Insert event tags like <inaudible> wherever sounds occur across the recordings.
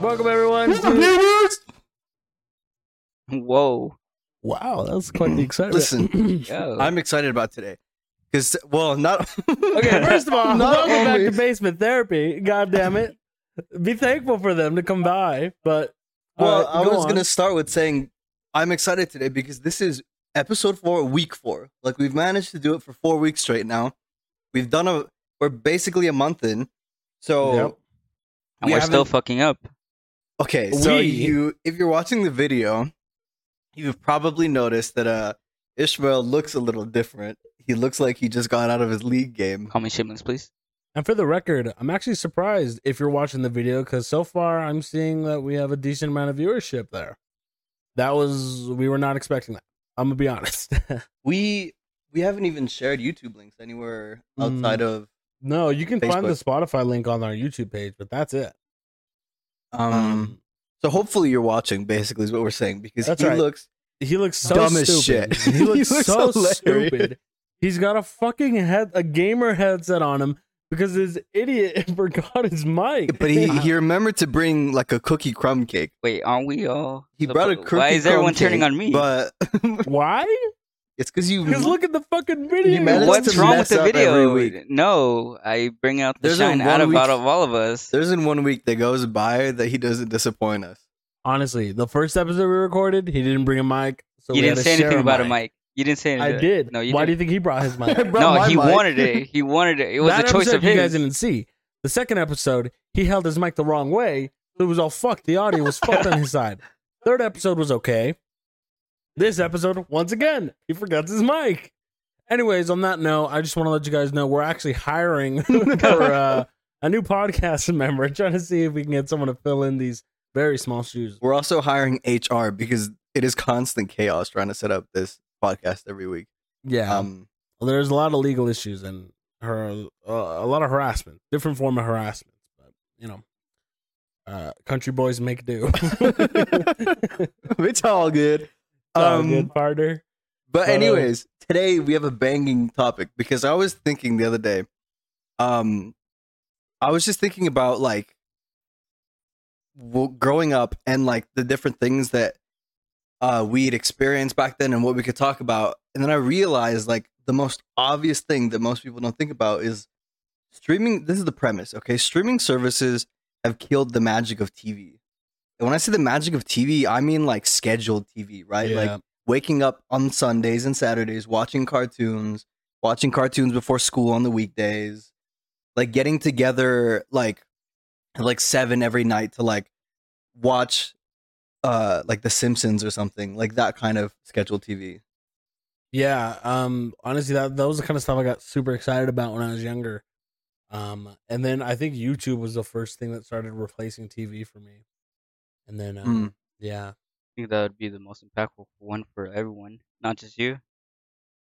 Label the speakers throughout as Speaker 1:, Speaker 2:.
Speaker 1: Welcome everyone. to- Whoa.
Speaker 2: Wow, that was quite the excitement.
Speaker 3: <laughs> Listen,
Speaker 1: Yo.
Speaker 3: I'm excited about today because, well, not
Speaker 2: Okay, first of <laughs> all,
Speaker 3: Not
Speaker 2: welcome back to
Speaker 3: always.
Speaker 2: Basement Therapy. God damn it. Be thankful for them to come by, but
Speaker 3: <laughs> Well,
Speaker 2: all
Speaker 3: I
Speaker 2: right, go
Speaker 3: was
Speaker 2: on.
Speaker 3: gonna start with saying I'm excited today because this is episode four, week four. Like we've managed to do it for four weeks straight now. We've done a we're basically a month in. So
Speaker 2: Yep.
Speaker 1: and
Speaker 3: we
Speaker 1: we're still
Speaker 3: haven't-
Speaker 1: fucking up.
Speaker 3: okay, so
Speaker 2: We-
Speaker 3: you if you're watching the video, you've probably noticed that uh Ishmael looks a little different. He looks like he just got out of his league game.
Speaker 1: Call me Shipments, please.
Speaker 2: And for the record, I'm actually surprised if you're watching the video because so far I'm seeing that we have a decent amount of viewership there. That was we were not expecting that. I'm gonna be honest. <laughs>
Speaker 3: We we haven't even shared YouTube links anywhere
Speaker 2: Mm.
Speaker 3: outside of
Speaker 2: no, you can find the
Speaker 3: Facebook.
Speaker 2: Spotify link on our YouTube page, but that's it.
Speaker 3: um, so hopefully you're watching basically is what we're saying because
Speaker 2: That's
Speaker 3: he
Speaker 2: right.
Speaker 3: looks
Speaker 2: He looks so
Speaker 3: Dumb as
Speaker 2: stupid.
Speaker 3: shit.
Speaker 2: He looks,
Speaker 3: <laughs> He looks
Speaker 2: so
Speaker 3: hilarious.
Speaker 2: stupid. He's got a fucking head, a gamer headset on him because this idiot <laughs> forgot his mic.
Speaker 3: But he, he remembered to bring like a cookie crumb cake.
Speaker 1: Wait, aren't we all?
Speaker 3: He
Speaker 1: the
Speaker 3: brought a
Speaker 1: fu-
Speaker 3: cookie
Speaker 1: Why is
Speaker 3: crumb
Speaker 1: everyone turning
Speaker 3: cake,
Speaker 1: on me?
Speaker 3: But
Speaker 2: <laughs>
Speaker 3: <laughs>
Speaker 2: why?
Speaker 3: it's because
Speaker 2: <laughs>
Speaker 3: you.
Speaker 2: Because look at the fucking video.
Speaker 3: You managed
Speaker 1: What's
Speaker 3: to
Speaker 1: wrong with
Speaker 3: mess
Speaker 1: the
Speaker 3: up every
Speaker 1: video?
Speaker 3: week.
Speaker 1: No, I bring out the
Speaker 3: There's a
Speaker 1: shine out of
Speaker 3: one-week-
Speaker 1: out of all of us.
Speaker 3: There's in one week that goes by that he doesn't disappoint us.
Speaker 2: Honestly, the first episode we recorded, he didn't bring a mic. So
Speaker 1: you
Speaker 2: we had
Speaker 1: didn't
Speaker 2: to
Speaker 1: say anything
Speaker 2: share
Speaker 1: about
Speaker 2: a
Speaker 1: a
Speaker 2: mic.
Speaker 1: mic. You didn't say
Speaker 2: I
Speaker 1: anything.
Speaker 2: did.
Speaker 1: No, you
Speaker 2: Why do
Speaker 1: didn't.
Speaker 2: you think he brought his
Speaker 3: <laughs>
Speaker 2: mic? it
Speaker 3: brought
Speaker 1: no,
Speaker 3: my
Speaker 1: he
Speaker 3: mic.
Speaker 1: wanted it. He wanted it. It was
Speaker 2: that
Speaker 1: a choice
Speaker 2: episode
Speaker 1: of
Speaker 2: you guys
Speaker 1: his.
Speaker 2: didn't see. The second episode, he held his mic the wrong way, so it was all fucked. The audio was fucked on his
Speaker 1: <laughs>
Speaker 2: side. Third episode was okay. This episode, once again, he forgot his mic. Anyways, on that note, I just want to let you guys know we're actually hiring <laughs> for uh, a new podcast <laughs> member, trying to see if we can get someone to fill in these very small shoes.
Speaker 3: We're also hiring HR because it is constant chaos trying to set up this podcast every week.
Speaker 2: Yeah,
Speaker 3: Um, <laughs>
Speaker 2: there's a lot of legal issues and her uh, a lot of harassment, different form of harassment. But you know, uh, country boys make <laughs> do.
Speaker 3: it's all good.
Speaker 2: Oh,
Speaker 3: Um,
Speaker 2: good partner.
Speaker 3: But
Speaker 2: But, uh,
Speaker 3: anyways, today we have a banging topic because I was thinking the other day, um, I was just thinking about like well, growing up and like the different things that uh, we'd experienced back then and what we could talk about, and then I realized like the most obvious thing that most people don't think about is streaming. This is the premise, okay? Streaming services have killed the magic of TV. And when I say the magic of TV, I mean like scheduled TV, right? Like waking up on Sundays and Saturdays, watching cartoons, watching cartoons before school on the weekdays, like getting together like at, like seven every night to like watch uh like The Simpsons or something like that kind of scheduled TV.
Speaker 2: yeah. Um, honestly, that that was the kind of stuff I got super excited about when I was younger. Um, and then I think YouTube was the first thing that started replacing TV for me. And then, um,
Speaker 1: Hmm.
Speaker 3: Mm.
Speaker 2: yeah,
Speaker 1: I think that would be the most impactful one for everyone, not just you.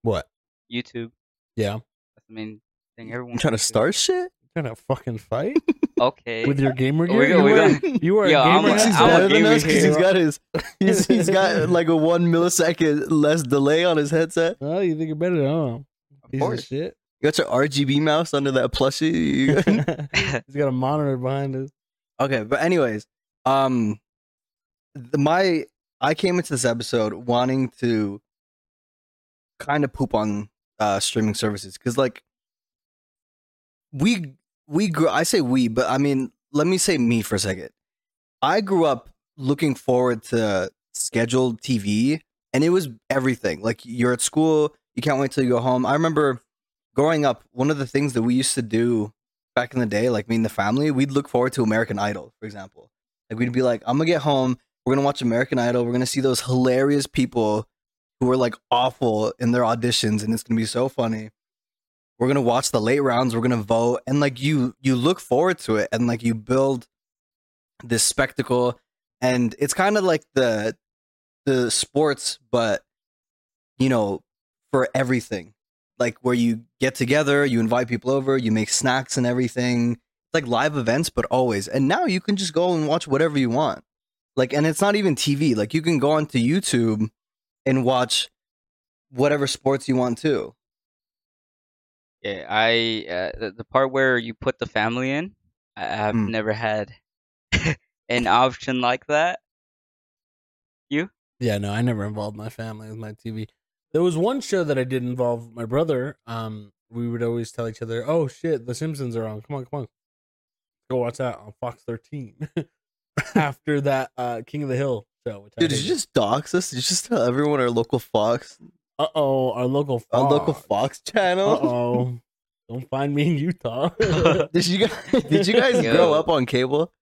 Speaker 2: what?
Speaker 1: YouTube.
Speaker 2: Yeah,
Speaker 1: That's the main thing.
Speaker 3: You
Speaker 1: Everyone
Speaker 3: trying to
Speaker 1: can do.
Speaker 3: start shit?
Speaker 2: kind of fucking
Speaker 1: <laughs>
Speaker 2: fight
Speaker 1: Okay.
Speaker 2: with your gamer gear.
Speaker 1: We're gonna-
Speaker 2: You
Speaker 1: we're
Speaker 2: were-
Speaker 1: gonna-
Speaker 2: You are
Speaker 1: Yo,
Speaker 2: a
Speaker 1: I'm
Speaker 2: gamer.
Speaker 1: a-
Speaker 3: He's
Speaker 1: I'm a
Speaker 3: better than
Speaker 1: gamer
Speaker 3: us because
Speaker 1: here.
Speaker 3: he's got his he's,
Speaker 2: <laughs>
Speaker 3: he's got like a one millisecond less delay on his headset.
Speaker 2: oh, you think you're better than him? Piece of
Speaker 3: course.
Speaker 2: shit.
Speaker 3: You got your RGB mouse under that
Speaker 2: <laughs>
Speaker 3: plushie. <laughs> You-
Speaker 1: <laughs>
Speaker 2: He's got a monitor behind us.
Speaker 3: Okay, but anyways, um, the, my I came into this episode wanting to kind of poop on uh streaming services because like we we grew I say we but I mean let me say me for a second. I grew up looking forward to scheduled TV and it was everything. Like you're at school, you can't wait till you go home. I remember growing up, one of the things that we used to do back in the day, like me and the family, we'd look forward to American Idol, for example. Like we'd be like, I'm gonna get home, we're gonna watch American Idol, we're gonna see those hilarious people who are like awful in their auditions, and it's gonna be so funny. We're gonna watch the late rounds, we're gonna vote, and like you you look forward to it and like you build this spectacle and it's kind of like the the sports, but you know, for everything like where you get together, you invite people over, you make snacks and everything. It's like live events, but always. And now you can just go and watch whatever you want. Like, and it's not even TV. Like, you can go onto YouTube and watch whatever sports you want to.
Speaker 1: Yeah, I uh, the, the part where you put the family in, I, I've
Speaker 3: Mm.
Speaker 1: never had. <laughs> an option like that.
Speaker 2: Yeah, no, I never involved my family with my TV. There was one show that I did involve my brother. Um, we would always tell each other, "Oh shit, The Simpsons are on. Come on, come on, go watch that on Fox 13." <laughs> After that, uh, King of the Hill show. Which
Speaker 3: Dude, did you just dox us? Did you just tell everyone our local Fox,
Speaker 2: Uh oh, our local. Fox.
Speaker 3: our local Fox
Speaker 2: Uh
Speaker 3: channel?
Speaker 2: oh, don't find me in Utah.
Speaker 3: <laughs>
Speaker 2: <laughs>
Speaker 3: Did you guys, did you guys
Speaker 1: Yo.
Speaker 3: grow up on cable?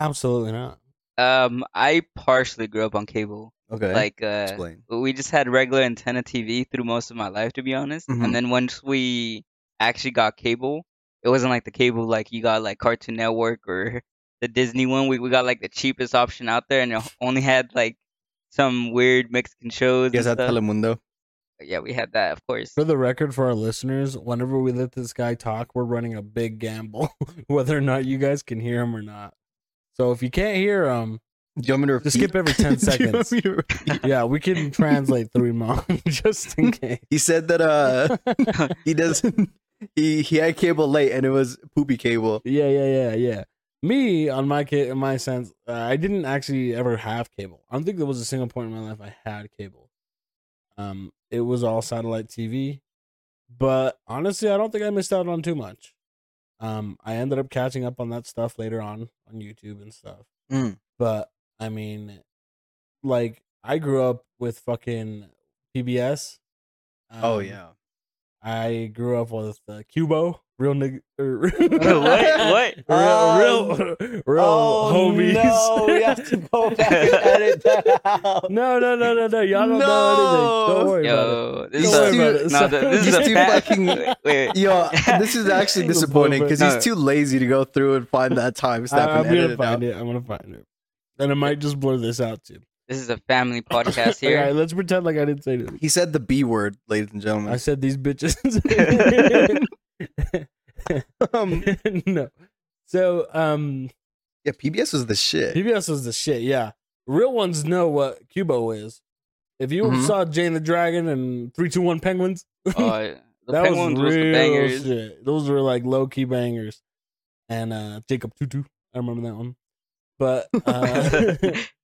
Speaker 2: Absolutely not.
Speaker 1: Um, I partially grew up on cable.
Speaker 3: Okay,
Speaker 1: Like, uh,
Speaker 3: Eh? explain.
Speaker 1: we just had regular antenna TV through most of my life, to be honest.
Speaker 3: Mhm.
Speaker 1: And then once we actually got cable, it wasn't like the cable like you got like Cartoon Network or <laughs> the Disney one. We we got like the cheapest option out there, and it <laughs> only had like some weird Mexican shows.
Speaker 3: You guys
Speaker 1: and
Speaker 3: had
Speaker 1: stuff.
Speaker 3: Telemundo.
Speaker 1: yeah, we had that, of course.
Speaker 2: For the record, for our listeners, whenever we let this guy talk, we're running a big gamble <laughs> whether or not you guys can hear him or not. So if you can't hear him,
Speaker 3: Do you want me to repeat?
Speaker 2: Just skip every 10
Speaker 3: <laughs> Do you want
Speaker 2: seconds.
Speaker 3: me to repeat?
Speaker 2: yeah, we can translate through mom <laughs> just in case.
Speaker 3: He said that uh
Speaker 2: <laughs> yeah,
Speaker 3: he doesn't <laughs> he he had cable late and it was poopy cable.
Speaker 2: yeah, yeah, yeah. Me, on my ca- in my sense, uh, I didn't actually ever have cable. I don't think there was a single point in my life I had cable. Um, it was all satellite TV, but honestly, I don't think I missed out on too much. Um, I ended up catching up on that stuff later on on YouTube and stuff.
Speaker 3: Mm.
Speaker 2: But I mean, like I grew up with fucking PBS.
Speaker 3: Oh
Speaker 2: Um,
Speaker 3: yeah.
Speaker 2: I grew up with uh, Cubo, real nigga, er, <laughs>
Speaker 1: <laughs> what?
Speaker 2: real, real,
Speaker 3: Um,
Speaker 2: <laughs> real
Speaker 3: oh,
Speaker 2: homies.
Speaker 3: <laughs> go
Speaker 1: back and edit
Speaker 3: that
Speaker 2: <laughs>
Speaker 3: out.
Speaker 2: no, no, no, no, no. Y'all don't
Speaker 3: No.
Speaker 2: know anything. Don't worry about it.
Speaker 1: Yo, this
Speaker 3: Don't
Speaker 1: is
Speaker 3: worry
Speaker 1: <laughs>
Speaker 3: about
Speaker 1: a,
Speaker 2: it.
Speaker 1: no, th- <laughs> this is
Speaker 3: Just
Speaker 1: a
Speaker 3: do
Speaker 1: fat.
Speaker 3: fucking-
Speaker 1: wait,
Speaker 3: <laughs>
Speaker 1: wait.
Speaker 3: Yo, this
Speaker 2: <laughs>
Speaker 3: is actually
Speaker 2: Just a little
Speaker 3: disappointing
Speaker 2: bit.
Speaker 3: because
Speaker 1: No.
Speaker 3: he's too lazy to go through and find that time
Speaker 2: I,
Speaker 3: step
Speaker 2: I'm
Speaker 3: and edit
Speaker 2: gonna
Speaker 3: it out.
Speaker 2: find it, I'm gonna find it, and I might just blur this out too.
Speaker 1: This is a family podcast
Speaker 2: <laughs>
Speaker 1: here.
Speaker 2: All right, let's pretend like I didn't say this.
Speaker 3: He said the B word, ladies and
Speaker 2: I
Speaker 3: gentlemen.
Speaker 2: said these bitches.
Speaker 3: <laughs> Um,
Speaker 2: <laughs> no. So, um,
Speaker 3: yeah, PBS was the shit.
Speaker 2: PBS was the shit. Yeah, real ones know what Cubo is. If you
Speaker 1: Mm-hmm.
Speaker 3: Mhm.
Speaker 2: saw Jane the Dragon and Three Two One Penguins,
Speaker 1: Uh, the
Speaker 2: that was
Speaker 1: penguins
Speaker 2: real
Speaker 1: was the bangers. <laughs>
Speaker 2: shit. Those were like low key bangers. And uh, Jacob Tutu, I remember that one. But uh,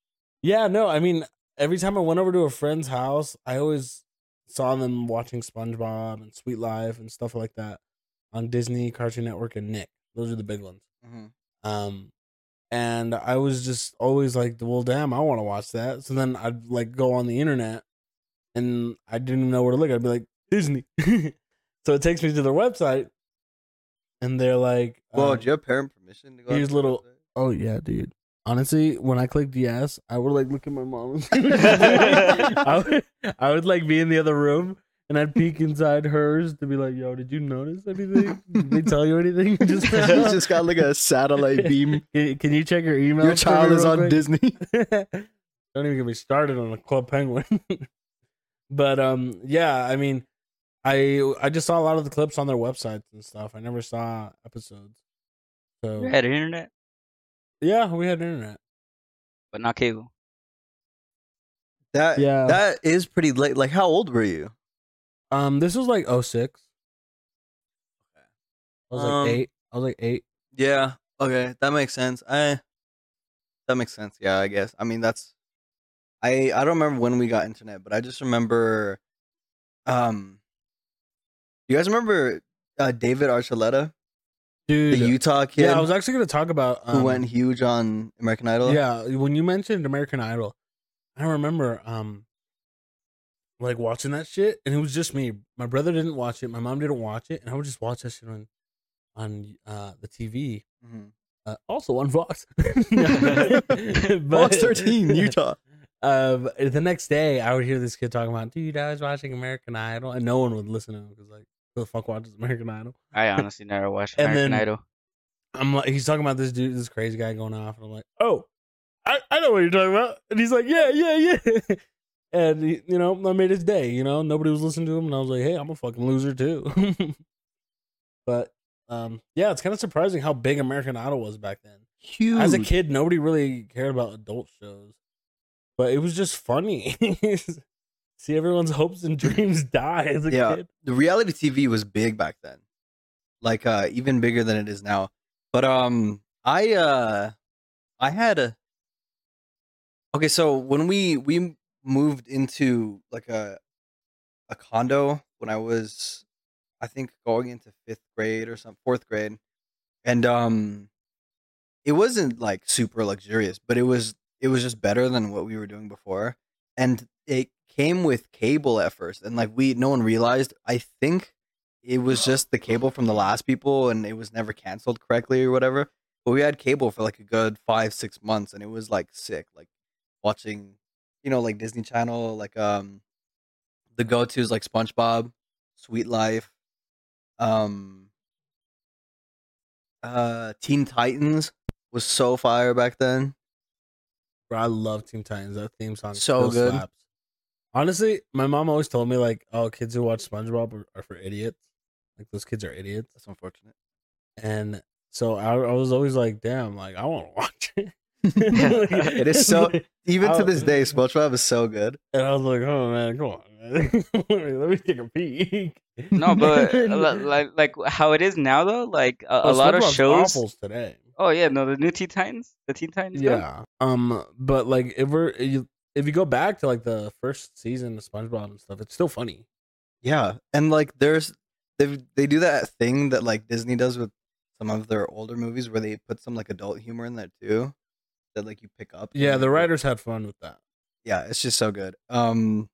Speaker 1: <laughs>
Speaker 2: <laughs> yeah, no, I mean, every time I went over to a friend's house, I always saw them watching SpongeBob and Sweet Life and stuff like that on Disney, Cartoon Network, and Nick. Those are the big ones.
Speaker 3: Mm-hmm.
Speaker 2: Um, and I was just always like, well, damn, I want to watch that. So then I'd like go on the internet and I didn't even know where to look. I'd be like, Disney. <laughs> so it takes me to their website and they're like,
Speaker 3: Well,
Speaker 2: um,
Speaker 3: do you have parent permission to go?
Speaker 2: here's
Speaker 3: out to
Speaker 2: little-
Speaker 3: the
Speaker 2: oh, yeah, dude. Honestly, when I clicked yes, I would like look at my mom.
Speaker 3: <laughs>
Speaker 2: I, would, I would like be in the other room and I'd peek inside hers to be like, yo, did you notice anything? Did <laughs> they
Speaker 3: <laughs>
Speaker 2: tell you anything? <laughs> Just,
Speaker 3: website? He's just got like
Speaker 2: <laughs>
Speaker 3: a satellite beam.
Speaker 2: Can can you check your email?
Speaker 3: Your child is on
Speaker 2: Disney.
Speaker 3: Disney.
Speaker 2: <laughs> Don't even get me started on a Club Penguin. <laughs> but um, yeah, I mean, I I just saw a lot of the clips on their websites and stuff. I never saw episodes. So <laughs>
Speaker 1: We had internet,
Speaker 2: yeah, we had internet.
Speaker 1: but not cable.
Speaker 3: That
Speaker 2: Yeah.
Speaker 3: that is pretty late. Like, how old were you?
Speaker 2: Um, this was like 06. I was like
Speaker 3: Um,
Speaker 2: eight. I was like eight.
Speaker 3: Yeah. Okay, that makes sense. I that makes sense. Yeah, I guess. I mean, that's I I don't remember when we got internet, but I just remember. Um, you guys remember uh, David Archuleta, the
Speaker 2: Dude, uh,
Speaker 3: Utah kid
Speaker 2: yeah, I was actually gonna talk about
Speaker 3: who
Speaker 2: um,
Speaker 3: went huge on American Idol?
Speaker 2: Yeah, when you mentioned American Idol, I remember um like watching that shit and it was just me. My brother didn't watch it, my mom didn't watch it, and I would just watch that shit on on uh the TV.
Speaker 3: Mhm.
Speaker 2: Uh, also on <laughs> Vox.
Speaker 3: Fox
Speaker 2: Vox
Speaker 3: thirteen, Utah.
Speaker 2: <laughs> Um, the next day, I would hear this kid talking about, dude, I was watching American Idol, and no one would listen to him because, like, who the fuck watches American Idol?
Speaker 1: I honestly never watched
Speaker 2: And
Speaker 1: American
Speaker 2: then-
Speaker 1: Idol.
Speaker 2: I'm like, he's talking about this dude, this crazy guy going off, and I'm like, oh, I, I know what you're talking about. And he's like, yeah, yeah, yeah. <laughs> And he- you know, I made his day. You know, nobody was listening to him, and I was like, hey, I'm a fucking loser too. <laughs> but um, yeah, it's kind of surprising how big American Idol was back then.
Speaker 3: Huge.
Speaker 2: As a kid, nobody really cared about adult shows, but it was just funny. <laughs> See everyone's hopes and <laughs> dreams die as a
Speaker 3: Yeah.
Speaker 2: kid.
Speaker 3: the reality TV was big back then. Like uh even bigger than it is now. But um I uh I had a okay. So when we we moved into like a a condo when I was, I think going into fifth grade or some fourth grade, and um, it wasn't like super luxurious, but it was it was just better than what we were doing before, and it came with cable at first, and like we no one realized. I think it was just the cable from the last people, and it was never canceled correctly or whatever. But we had cable for like a good five six months, and it was like sick, like watching, you know, like Disney Channel, like um the go tos like SpongeBob, Sweet Life, um, uh, Teen Titans was so fire back then.
Speaker 2: Bro, I love Team Titans. That theme song
Speaker 3: So
Speaker 2: still
Speaker 3: good.
Speaker 2: slaps. Honestly, my mom always told me like, "Oh, kids who watch SpongeBob are, are for idiots. Like those kids are idiots."
Speaker 3: That's unfortunate.
Speaker 2: And so I, I was always like, "Damn, like I want to <laughs> watch
Speaker 1: <laughs>
Speaker 2: it."
Speaker 3: It is so- Even to
Speaker 2: Oh.
Speaker 3: this day, SpongeBob is so good.
Speaker 2: <laughs> And I was like, "Oh man, come on, man. <laughs> let, me, let me take a peek."
Speaker 1: No,
Speaker 2: <laughs>
Speaker 1: but uh,
Speaker 2: And-
Speaker 1: li- like like how it is now though, like a, a
Speaker 2: Well,
Speaker 1: lot of
Speaker 2: SpongeBob's
Speaker 1: shows.
Speaker 2: Awful today.
Speaker 1: Oh yeah, no, the new Teen Titans, the Teen Titans. go?
Speaker 2: Yeah. Um, but like if we're you, if you go back to like the first season of SpongeBob and stuff, it's still funny.
Speaker 3: Yeah, and like there's they they do that thing that like Disney does with some of their older movies where they put some like adult humor in that too, that like you pick up.
Speaker 2: Yeah, the
Speaker 3: writer.
Speaker 2: writers had fun with that.
Speaker 3: yeah it's just so good um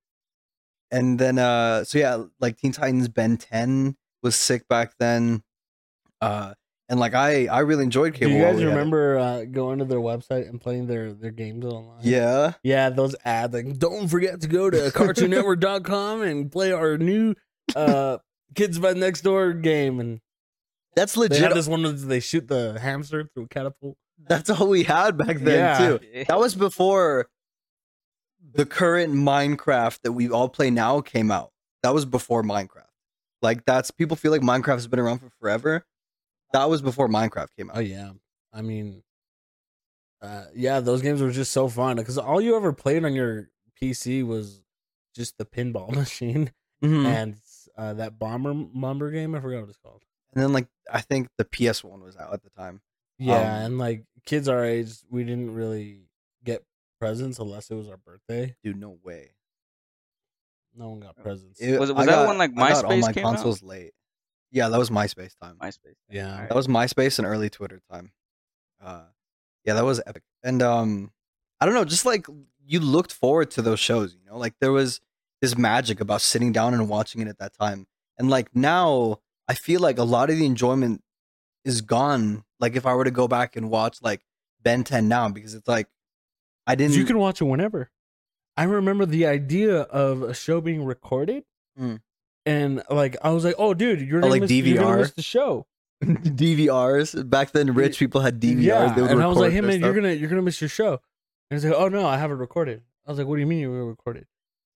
Speaker 3: and then uh so yeah like teen titans ben 10 was sick back then uh and like i i really enjoyed
Speaker 2: Do
Speaker 3: cable
Speaker 2: you
Speaker 3: while
Speaker 2: guys
Speaker 3: we had it.
Speaker 2: remember uh, going to their website and playing their their games online?
Speaker 3: yeah
Speaker 2: Yeah, those ads like don't forget to <laughs> go to cartoonnetwork.com and play our new uh Kids by Next Door game and
Speaker 3: that's
Speaker 2: they had
Speaker 3: legit
Speaker 2: this one where they shoot the hamster through a catapult.
Speaker 3: that's all we had back then
Speaker 2: Yeah.
Speaker 3: too that was before the current minecraft that we all play now came out that was before minecraft like that's people feel like minecraft's been around for forever that was before minecraft came out
Speaker 2: Oh yeah. I mean uh yeah, those games were just so fun cuz all you ever played on your PC was just the pinball <laughs> machine
Speaker 1: Mm-hmm.
Speaker 3: Mhm.
Speaker 2: and uh that bomber bomber game, I forgot what it's called.
Speaker 3: and then like i think the ps1 was out at the time
Speaker 2: Yeah,
Speaker 3: Um,
Speaker 2: and like kids our age, we didn't really get presents unless it was our birthday.
Speaker 3: dude no way
Speaker 2: No one got presents.
Speaker 3: Oh. It-
Speaker 1: Was-
Speaker 3: I
Speaker 1: was that when, like,
Speaker 3: I got all
Speaker 1: MySpace
Speaker 3: my
Speaker 1: came out?
Speaker 3: consoles late? Yeah, that was MySpace time.
Speaker 1: MySpace.
Speaker 2: yeah.
Speaker 3: That was MySpace and early Twitter time. Uh, yeah, that was epic. And um, I don't know, just like you looked forward to those shows. You know, like there was this magic about sitting down and watching it at that time. And like now, I feel like a lot of the enjoyment is gone. Like if I were to go back and watch like Ben 10 now, because it's like I didn't.
Speaker 2: you can watch it whenever. I remember the idea of a show being recorded,
Speaker 3: Mm.
Speaker 2: and like I was like, "Oh, dude, you're
Speaker 3: Oh,
Speaker 2: gonna
Speaker 3: like
Speaker 2: miss, you're gonna
Speaker 3: DVR?
Speaker 2: miss the show."
Speaker 3: <laughs> DVRs back then, rich people had DVRs.
Speaker 2: yeah,
Speaker 3: they would
Speaker 2: and I was
Speaker 3: record
Speaker 2: like, "Hey
Speaker 3: their
Speaker 2: man,
Speaker 3: stuff."
Speaker 2: you're gonna you're gonna miss your show." And he's like, "Oh no, I have it recorded." I was like, "What do you mean you were recorded?"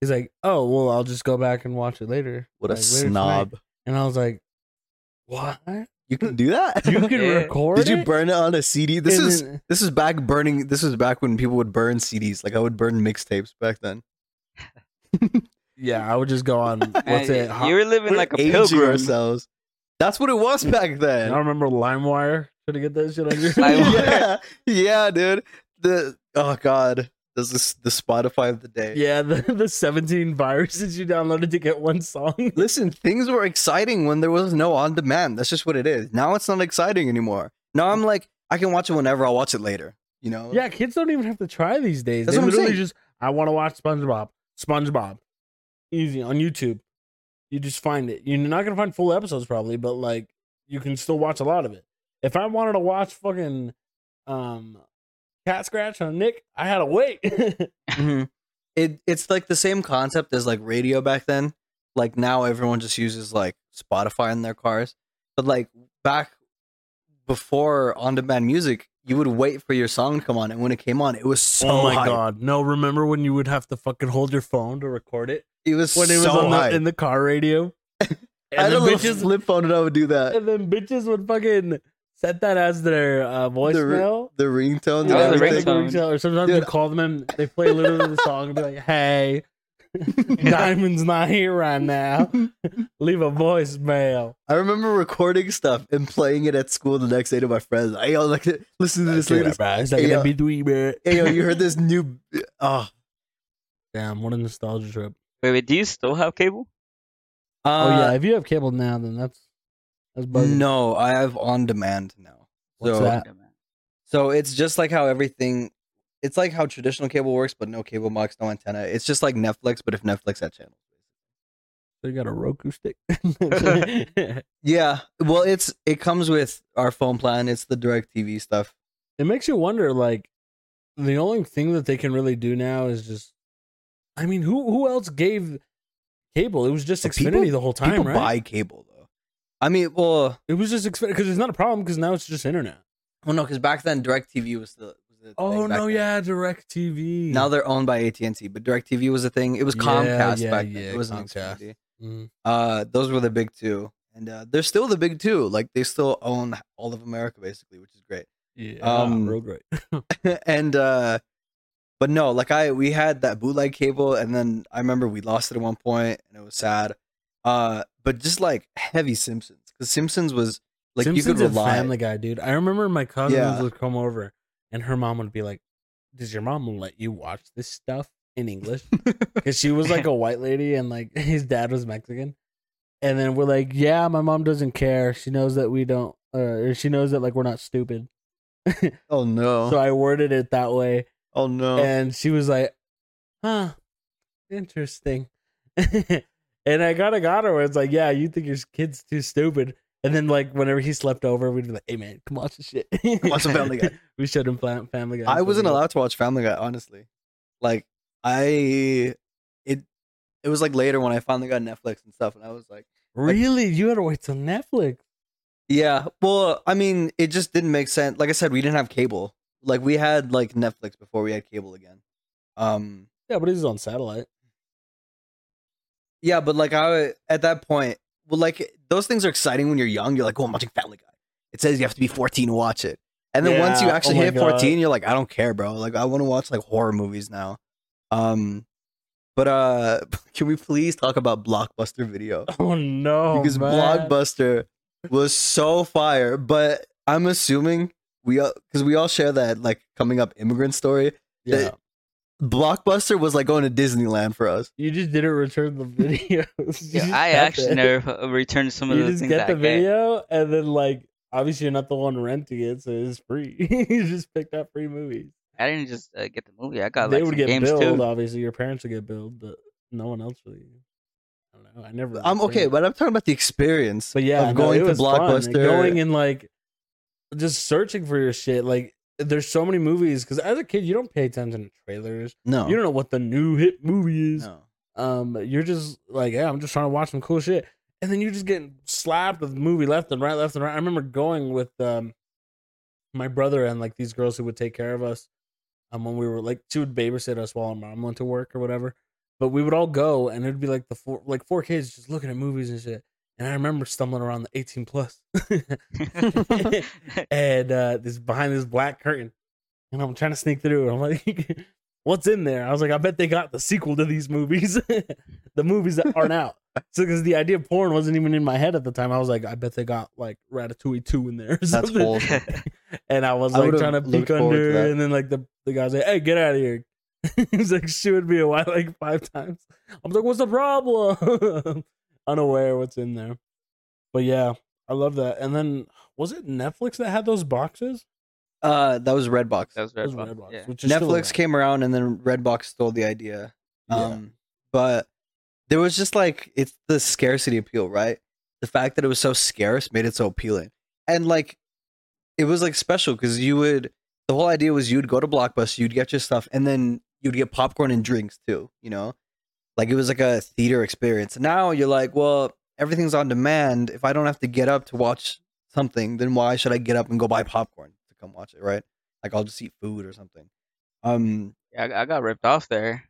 Speaker 2: He's like, "Oh well, I'll just go back and watch it later."
Speaker 3: What a
Speaker 2: like, later tonight."
Speaker 3: snob.
Speaker 2: And I was like, "What?
Speaker 3: You can do that?
Speaker 2: You <laughs> can
Speaker 1: Yeah.
Speaker 2: record
Speaker 3: <laughs> Did you
Speaker 2: it?"
Speaker 3: burn it on a CD? This
Speaker 2: And
Speaker 3: is
Speaker 2: then-
Speaker 3: this is back burning. This is back when people would burn CDs. Like I would burn mixtapes back then.
Speaker 2: yeah. I would just go
Speaker 3: <laughs>
Speaker 2: on. What's
Speaker 1: Man,
Speaker 2: it? Hot-
Speaker 1: You're living
Speaker 3: We're
Speaker 1: like a
Speaker 3: aging
Speaker 1: pilgrim.
Speaker 3: ourselves. That's what it was back
Speaker 2: I
Speaker 3: <laughs> then.
Speaker 2: remember LimeWire. Should to get that shit on
Speaker 3: <laughs>
Speaker 2: your
Speaker 1: LimeWire.
Speaker 3: yeah, yeah, dude. The oh god, this is the Spotify of the day.
Speaker 2: <laughs> Yeah, the, the 17 viruses you downloaded to get one
Speaker 3: <laughs>
Speaker 2: song.
Speaker 3: Listen, things were exciting when there was no on demand. That's just what it is. Now it's not exciting anymore. Now I'm like, I can watch it whenever. I'll watch it later. You know.
Speaker 2: Yeah, kids don't even have to try these days.
Speaker 3: That's
Speaker 2: they
Speaker 3: what I'm
Speaker 2: literally
Speaker 3: saying.
Speaker 2: just, I want to watch SpongeBob. SpongeBob. Easy on YouTube. You just find it. You're not going to find full episodes probably, but like you can still watch a lot of it. If I wanted to watch fucking um Cat Scratch on Nick, I had to wait. <laughs>
Speaker 3: Mhm. It it's like the same concept as like radio back then. Like now everyone just uses like Spotify in their cars. But like back before on demand music, you would wait for your song to come on and when it came on, it was so
Speaker 2: Oh
Speaker 3: hype.
Speaker 2: No, remember when you would have to fucking hold your phone to record it?
Speaker 3: It was
Speaker 2: When it was
Speaker 3: so
Speaker 2: on the,
Speaker 3: hype.
Speaker 2: in the car
Speaker 3: <laughs>
Speaker 2: radio?
Speaker 3: I had
Speaker 2: the
Speaker 3: a little
Speaker 2: bitches-
Speaker 3: flip phone and I would do that.
Speaker 2: <laughs> and then bitches would fucking set that as their uh, voicemail.
Speaker 3: The ringtones and
Speaker 1: Oh, the
Speaker 3: everything.
Speaker 1: ringtone.
Speaker 2: Or sometimes you
Speaker 3: Dude. <laughs>
Speaker 2: call them and they play literally the song and be like, "Hey, Diamond's not here right now. Leave a voicemail.
Speaker 3: I remember recording stuff and playing it at school the next day to my friends. I was like, listen to this
Speaker 2: Check it
Speaker 3: latest.
Speaker 2: out, bro. It's not
Speaker 3: Hey,
Speaker 2: gonna
Speaker 3: yo.
Speaker 2: be doing it.
Speaker 3: Hey, yo, you heard this new? Oh,
Speaker 2: Damn, what a nostalgia trip.
Speaker 1: Wait, wait, do you still have cable?
Speaker 2: oh
Speaker 3: Uh,
Speaker 2: yeah, if you have cable now, then that's that's bugging.
Speaker 3: No, I have on demand now.
Speaker 2: What's
Speaker 3: so,
Speaker 2: that?
Speaker 1: Yeah, man.
Speaker 3: so it's just like how everything. It's like how traditional cable works, but no cable box, no antenna. It's just like Netflix, but if Netflix had channels.
Speaker 2: They got a Roku
Speaker 3: <laughs>
Speaker 2: stick. <laughs>
Speaker 3: Yeah, well, it's it comes with our phone plan. It's the direct TV stuff.
Speaker 2: it makes you wonder like the only thing that they can really do now is just i mean who who else gave cable it was just
Speaker 3: But
Speaker 2: xfinity
Speaker 3: people-
Speaker 2: the whole time
Speaker 3: People
Speaker 2: right
Speaker 3: buy cable though. I mean, well,
Speaker 2: it was just xfinity because it's not a problem because now it's just internet
Speaker 3: well, no, because back then direct TV was the. Was the
Speaker 2: oh
Speaker 3: thing back
Speaker 2: no
Speaker 3: then.
Speaker 2: yeah direct tv
Speaker 3: Now they're owned by AT and T, but DirecTV was a thing. It was
Speaker 2: Yeah,
Speaker 3: Comcast
Speaker 2: yeah,
Speaker 3: back then.
Speaker 2: yeah,
Speaker 3: it was an
Speaker 2: Comcast.
Speaker 3: Xfinity.
Speaker 2: mm.
Speaker 3: Uh, those were the big two, and uh, they're still the big two. Like they still own all of America basically, which is great. <laughs>
Speaker 2: yeah
Speaker 3: Um,
Speaker 2: road right
Speaker 3: and uh, but no, like I we had that bootleg cable, and then I remember we lost it at one point, and it was sad. Uh, but just like heavy Simpsons, because Simpsons was like you
Speaker 2: Simpsons
Speaker 3: could
Speaker 2: and
Speaker 3: rely.
Speaker 2: family guy dude i remember my cousins
Speaker 3: Yeah.
Speaker 2: would come over and her mom would be like does your mom let you watch this stuff in
Speaker 3: <laughs>
Speaker 2: english because she was like a white lady and like <laughs> his dad was Mexican. And then we're like, yeah, my mom doesn't care. She knows that we don't, uh, or she knows that like we're not stupid.
Speaker 3: oh no!
Speaker 2: So I worded it that way,
Speaker 3: oh no!
Speaker 2: and she was like, huh, interesting. <laughs> and I kind of got her. Where it's like, yeah, you think your kid's too stupid. And then like whenever he slept over, we'd be like, hey man, come watch this shit.
Speaker 3: Watch
Speaker 2: <laughs>
Speaker 3: some Family Guy.
Speaker 2: we showed him Fam- Family Guy.
Speaker 3: I
Speaker 2: So
Speaker 3: wasn't
Speaker 2: we-
Speaker 3: allowed to watch Family Guy, honestly. Like I, it, it was like later when I finally got Netflix and stuff, and I was like,
Speaker 2: Really, you had to wait till Netflix.
Speaker 3: yeah. Well, I mean, it just didn't make sense. Like I said, we didn't have cable. Like we had like Netflix before we had cable again. Um,
Speaker 2: Yeah, but he's on
Speaker 3: <laughs>
Speaker 2: satellite.
Speaker 3: yeah, but like I at that point, well, like those things are exciting when you're young. You're like, oh, I'm watching Family Guy. It says you have to be 14 to watch it, and then once you
Speaker 2: Yeah, oh
Speaker 3: actually
Speaker 2: my
Speaker 3: hit
Speaker 2: God.
Speaker 3: 14, you're like, I don't care, bro. Like I want to watch like horror movies now. Um, but uh, <laughs> can we please talk about Blockbuster Video?
Speaker 2: Oh no,
Speaker 3: because
Speaker 2: man.
Speaker 3: Blockbuster was so fire. But I'm assuming we because we all share that like coming up immigrant story.
Speaker 2: Yeah.
Speaker 3: that- Blockbuster was like going to Disneyland for us.
Speaker 2: You just didn't return the <laughs> videos. You just
Speaker 1: Yeah, I
Speaker 2: got
Speaker 1: actually
Speaker 2: the-
Speaker 1: never f- returned some of
Speaker 2: You
Speaker 1: those
Speaker 2: just
Speaker 1: things.
Speaker 2: get
Speaker 1: that
Speaker 2: the
Speaker 1: I get.
Speaker 2: video, and then like obviously you're not the one renting it, so it's free. <laughs> you just picked out free movies.
Speaker 1: I didn't just uh, get the movie. I got
Speaker 2: they
Speaker 1: like
Speaker 2: would
Speaker 1: some
Speaker 2: get
Speaker 1: games
Speaker 2: billed.
Speaker 1: too.
Speaker 2: Obviously, your parents would get billed, but no one else really. I don't know. I never.
Speaker 3: I'm
Speaker 2: returned
Speaker 3: okay,
Speaker 2: it.
Speaker 3: but I'm talking about the experience
Speaker 2: But yeah,
Speaker 3: of
Speaker 2: no,
Speaker 3: going
Speaker 2: it
Speaker 3: to
Speaker 2: was fun.
Speaker 3: Blockbuster.
Speaker 2: going and like just searching for your shit. Like there's so many movies because as a kid you don't pay attention to trailers.
Speaker 3: no,
Speaker 2: You don't know what the new hit movie is.
Speaker 3: no.
Speaker 2: um you're just like yeah i'm just trying to watch some cool shit and then you're just getting slapped with movie left and right left and right i remember going with um my brother and like these girls who would take care of us um when we were like she would babysit us while my mom went to work or whatever but we would all go and it'd be like the four like four kids just looking at movies and shit and i remember stumbling around the 18 plus <laughs> and uh this behind this black curtain and i'm trying to sneak through and i'm like <laughs> what's in there i was like i bet they got the sequel to these movies <laughs> the movies that aren't out so because the idea of porn wasn't even in my head at the time i was like i bet they got like ratatouille 2 in there or
Speaker 3: That's
Speaker 2: something. <laughs>
Speaker 3: cool.
Speaker 2: and i was
Speaker 3: I
Speaker 2: like
Speaker 3: would've
Speaker 2: trying to
Speaker 3: looked
Speaker 2: peek
Speaker 3: forward to
Speaker 2: under
Speaker 3: that.
Speaker 2: and then like the, the guy's like hey get out of here <laughs> he's like shooing me a while like five times i'm like what's the problem <laughs> unaware what's in there but yeah i love that and then was it netflix that had those boxes
Speaker 3: Uh, that was Redbox.
Speaker 1: <laughs>
Speaker 2: <laughs>
Speaker 1: that was
Speaker 2: It was
Speaker 1: Redbox.
Speaker 2: Redbox,
Speaker 1: Yeah.
Speaker 2: which is still
Speaker 3: Netflix
Speaker 2: around.
Speaker 3: came around and then Redbox stole the idea.
Speaker 2: Yeah.
Speaker 3: Um, but there was just like it's the scarcity appeal, right? The fact that it was so scarce made it so appealing, and like it was like special because you would. The whole idea was you'd go to Blockbuster, you'd get your stuff, and then you'd get popcorn and drinks too. You know, like it was like a theater experience. Now you're like, well, everything's on demand. If I don't have to get up to watch something, then why should I get up and go buy popcorn to come watch it, right? Like I'll just eat food or something. Um,
Speaker 1: Yeah, I, I got ripped off there.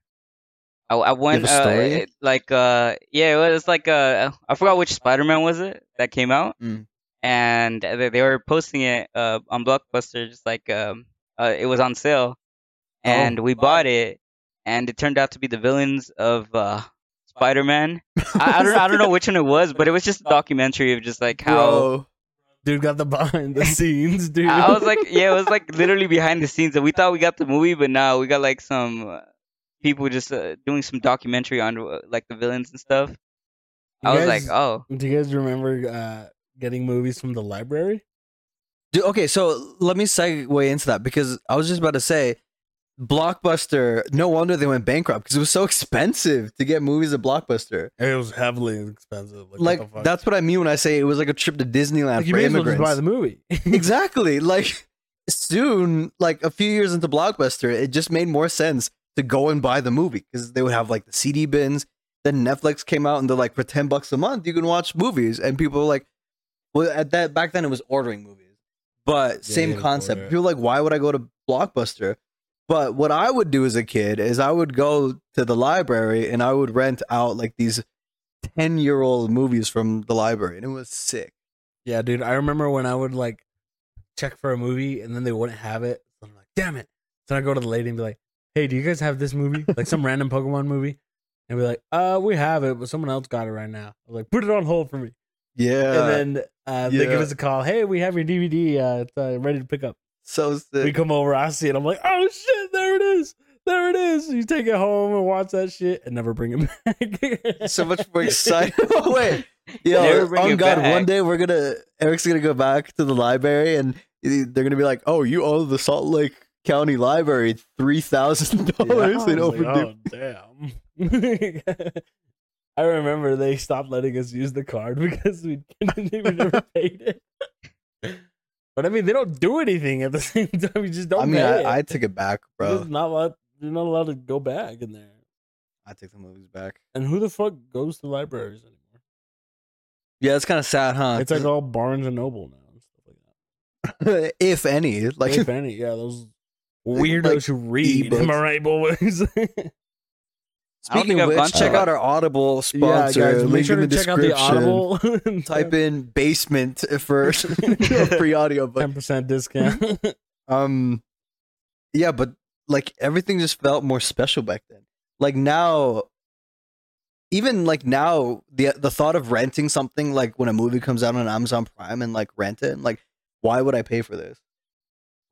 Speaker 1: I, I went
Speaker 3: a
Speaker 1: uh,
Speaker 3: story?
Speaker 1: it- like uh yeah it was like uh I forgot which Spider Man was it that came out
Speaker 3: Mm.
Speaker 1: and they, they were posting it uh
Speaker 2: Oh,
Speaker 1: on Blockbuster just like um uh, it was on sale and we bought it and it turned out to be the villains of uh, Spider-Man. I, I don't I don't know which one it was, but it was just a documentary of just like how
Speaker 3: Bro,
Speaker 2: <laughs> Dude got the behind
Speaker 1: <laughs>
Speaker 2: the scenes, dude.
Speaker 1: I I was like, yeah, it was like literally behind the scenes that we thought we got the movie, but now we got like some uh, people just uh, doing some documentary on uh, like the villains and stuff. I
Speaker 2: You
Speaker 1: was
Speaker 2: guys-
Speaker 1: like, oh,
Speaker 2: Do you guys remember uh, getting movies from the library?
Speaker 3: Dude, okay, so let me segue into that because I was just about to say, Blockbuster. No wonder they went bankrupt because it was so expensive to get movies at Blockbuster.
Speaker 2: It was heavily expensive. Like,
Speaker 3: Like
Speaker 2: what the fuck?
Speaker 3: that's what I mean when I say it was like a trip to Disneyland
Speaker 2: Like, you
Speaker 3: for
Speaker 2: may as well just
Speaker 3: immigrants.
Speaker 2: buy the movie.
Speaker 3: exactly. Like soon, like a few years into Blockbuster, it just made more sense to go and buy the movie because they would have like the CD bins. Then Netflix came out and they're like, for ten bucks a month, you can watch movies, and people were like, well, at that back then it was ordering movies, but
Speaker 2: you
Speaker 3: same
Speaker 2: had to
Speaker 3: concept.
Speaker 2: order it.
Speaker 3: People were like, why would I go to Blockbuster? But what I would do as a kid is I would go to the library and I would rent out like these ten year old movies from the library, and it was sick.
Speaker 2: Yeah, dude. I remember when I would like check for a movie and then they wouldn't have it. So I'm like, damn it. So I go to the lady and be like, hey, do you guys have this movie? Like some random Pokemon movie? And be like, uh, we have it, but someone else got it right now. I was like, put it on hold for me.
Speaker 3: Yeah,
Speaker 2: and then uh, they
Speaker 3: yeah.
Speaker 2: give us a call. Hey, we have your DVD. Uh, it's uh, ready to pick up.
Speaker 3: so sick.
Speaker 2: We come over. I see it. I'm like, oh shit, there it is. There it is. You take it home and watch that shit and never bring it <laughs> back.
Speaker 3: so much more excited. oh, <laughs> wait,
Speaker 1: Never
Speaker 3: yo,
Speaker 1: bring
Speaker 3: on
Speaker 1: it
Speaker 3: God, one
Speaker 1: back.
Speaker 3: day we're gonna Eric's gonna go back to the library and they're gonna be like, "Oh, you owe the Salt Lake County Library
Speaker 2: <laughs>
Speaker 3: three thousand dollars in
Speaker 2: I was
Speaker 3: overdue."
Speaker 2: like, oh, damn. <laughs> I remember they stopped letting us use the card <laughs> because we, we
Speaker 3: <laughs>
Speaker 2: never paid it. But I mean, they don't do anything at the <laughs> same time. You just don't.
Speaker 3: I mean,
Speaker 2: pay it.
Speaker 3: I, I took it back,
Speaker 2: You're just
Speaker 3: bro.
Speaker 2: not allowed, you're not allowed to go back in there.
Speaker 3: I took the movies back.
Speaker 2: And who the fuck goes to libraries anymore?
Speaker 3: Yeah, it's kind of sad, huh?
Speaker 2: It's
Speaker 3: <laughs>
Speaker 2: like all Barnes and Noble now and stuff like that.
Speaker 3: if any, like <laughs>
Speaker 2: if any, yeah, those weirdos
Speaker 3: like
Speaker 2: who read. <laughs>
Speaker 3: e-books.
Speaker 2: Am I right, boys? <laughs>
Speaker 1: I don't
Speaker 3: speaking
Speaker 1: think
Speaker 3: of
Speaker 1: I've
Speaker 3: which,
Speaker 1: gone to
Speaker 3: check
Speaker 1: that.
Speaker 3: out our Audible sponsor. link in the
Speaker 2: <laughs>
Speaker 3: description. Type in basement for <laughs> a free audiobook.
Speaker 2: ten percent
Speaker 3: <laughs>
Speaker 2: discount.
Speaker 3: Um, yeah, but like everything just felt more special back then. Like now, even like now, the the thought of renting something like when a movie comes out on Amazon Prime and like rent it, and like why would I pay for this?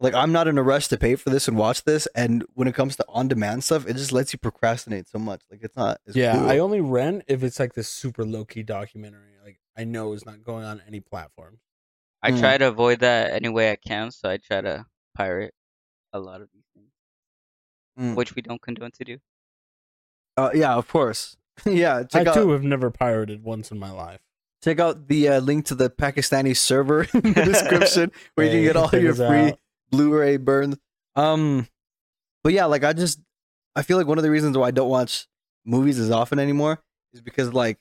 Speaker 3: Like I'm not in a rush to pay for this and watch this. And when it comes to on demand stuff, it just lets you procrastinate so much. Like it's not. It's
Speaker 2: yeah,
Speaker 3: cool.
Speaker 2: I only rent if it's like this super low key documentary. Like I know it's not going on any platform.
Speaker 1: I
Speaker 3: Mm.
Speaker 1: try to avoid that any way I can, so I try to pirate a lot of these things,
Speaker 3: Mm.
Speaker 1: which we don't condone to do.
Speaker 3: Uh, yeah, of course. <laughs> yeah, check
Speaker 2: I
Speaker 3: out
Speaker 2: too have never pirated once in my life.
Speaker 3: check out the uh, link to the Pakistani server <laughs> in the
Speaker 2: <laughs>
Speaker 3: description where you
Speaker 2: Hey,
Speaker 3: can get all
Speaker 2: check
Speaker 3: your
Speaker 2: us
Speaker 3: free
Speaker 2: out.
Speaker 3: Blu-ray burns. Um, but yeah, like I just I feel like one of the reasons why I don't watch movies as often anymore is because like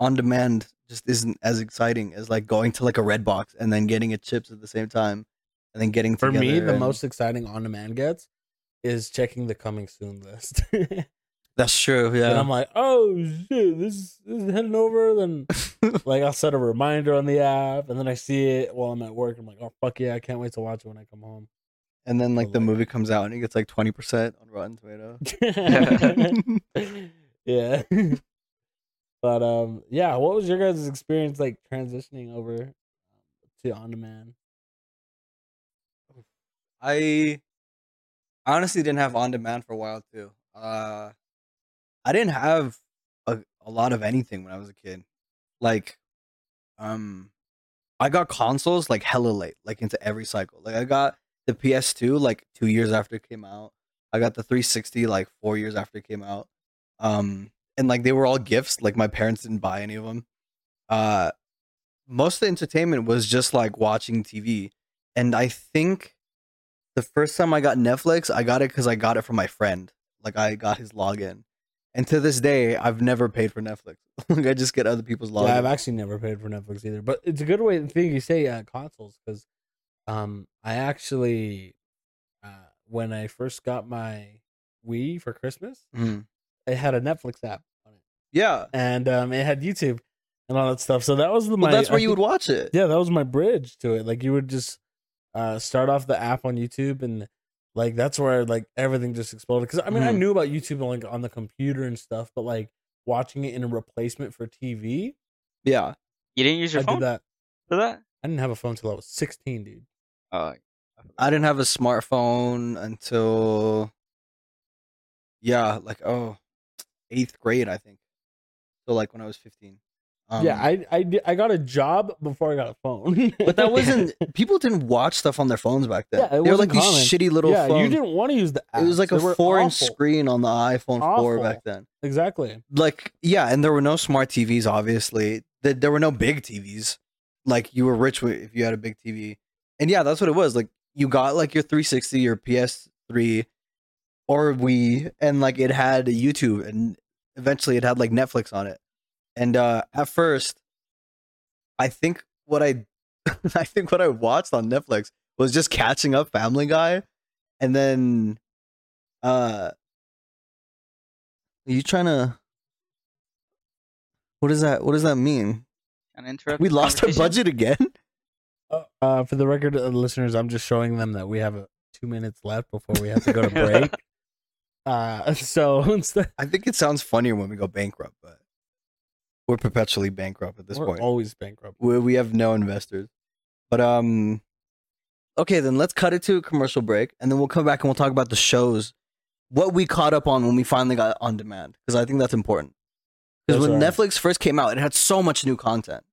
Speaker 3: on demand just isn't as exciting as like going to like a red box and then getting a chips at the same time and then getting
Speaker 2: For me,
Speaker 3: together
Speaker 2: the
Speaker 3: and-
Speaker 2: most exciting on demand gets is checking the coming soon list. <laughs>
Speaker 3: that's true
Speaker 2: And
Speaker 3: yeah
Speaker 2: I'm like, oh shit, this, this is heading over.
Speaker 3: <laughs>
Speaker 2: Then, like, I'll set a reminder on the app, and then I see it while I'm at work. I'm like, oh fuck yeah, I can't wait to watch it when I come home.
Speaker 3: and then like the
Speaker 2: Like-
Speaker 3: movie comes out and it gets like 20% on Rotten Tomato
Speaker 2: <laughs> yeah. but um, yeah. What was your guys' experience like transitioning over to on demand?
Speaker 3: I honestly didn't have on demand for a while too. Uh, I didn't have a, a lot of anything when I was a kid. Like, um, I got consoles like hella late, like into every cycle. Like I got the PS2 like two years after it came out. I got the 360 like four years after it came out. Um, and like they were all gifts. Like my parents didn't buy any of them. Uh, most of the entertainment was just like watching TV. And I think the first time I got Netflix, I got it because I got it from my friend. Like I got his login. And to this day, I've never paid for Netflix. <laughs> like I just get other people's login.
Speaker 2: Yeah, I've actually never paid for Netflix either, but it's a good way thing you say uh, consoles because um, I actually uh, when I first got my Wii for Christmas,
Speaker 3: Mhm.
Speaker 2: it had a Netflix app on it,
Speaker 3: Yeah.
Speaker 2: and um, it had YouTube and all that stuff. So that was the my,
Speaker 3: Well, that's where
Speaker 2: I
Speaker 3: you would
Speaker 2: think-
Speaker 3: watch it.
Speaker 2: yeah, that was my bridge to it. Like you would just uh, start off the app on YouTube, and Like that's where like everything just exploded. Because I mean, I
Speaker 3: Mm-hmm.
Speaker 1: Mhm.
Speaker 2: knew about YouTube like on the computer and stuff, but like watching it in a replacement for TV,
Speaker 3: Yeah.
Speaker 1: <laughs> You didn't use your
Speaker 2: I
Speaker 1: phone
Speaker 2: did that.
Speaker 1: for that?
Speaker 2: I didn't have a phone till I was sixteen, dude.
Speaker 1: Oh,
Speaker 3: I didn't have a smartphone until yeah, like oh, eighth grade, I think. So like when I was fifteen. Um,
Speaker 2: yeah, I I did- I got a job before I got a phone. <laughs>
Speaker 3: but that wasn't people didn't watch stuff on their phones back then.
Speaker 2: Yeah, it
Speaker 3: they were like
Speaker 2: wasn't common.
Speaker 3: these shitty little
Speaker 2: yeah. You
Speaker 3: phones.
Speaker 2: didn't want to use the.
Speaker 3: It was
Speaker 2: apps.
Speaker 3: like
Speaker 2: They
Speaker 3: a
Speaker 2: were
Speaker 3: four inch
Speaker 2: awful.
Speaker 3: screen on the iPhone four
Speaker 2: Awful.
Speaker 3: back then.
Speaker 2: Exactly.
Speaker 3: Like yeah, and there were no smart TVs. Obviously, Th- there were no big TVs. Like you were rich wi- if you had a big TV. And yeah, that's what it was. Like you got like your 360, your PS3, or Wii, and like it had a YouTube, and eventually it had like Netflix on it. And uh at first, I think what I, <laughs> I think what I watched on Netflix was just catching up Family Guy, and then, uh, are you trying to? What does that? What does that mean?
Speaker 1: an interrupt.
Speaker 3: We lost our
Speaker 1: conversation?
Speaker 3: budget again. <laughs>
Speaker 2: Uh, for the record, uh, listeners, I'm just showing them that we have uh, two minutes left before we have to
Speaker 3: <laughs>
Speaker 2: go to break. uh, <laughs> so instead,
Speaker 3: I think it sounds funnier when we go bankrupt, but we're perpetually bankrupt at this
Speaker 2: we're
Speaker 3: point.
Speaker 2: always bankrupt.
Speaker 3: we we have no investors. But um okay, then let's cut it to a commercial break and then we'll come back and we'll talk about the shows what we caught up on when we finally got on demand because I think that's important. Because
Speaker 2: That's
Speaker 3: when
Speaker 2: right.
Speaker 3: Netflix first came out, it had so much new content.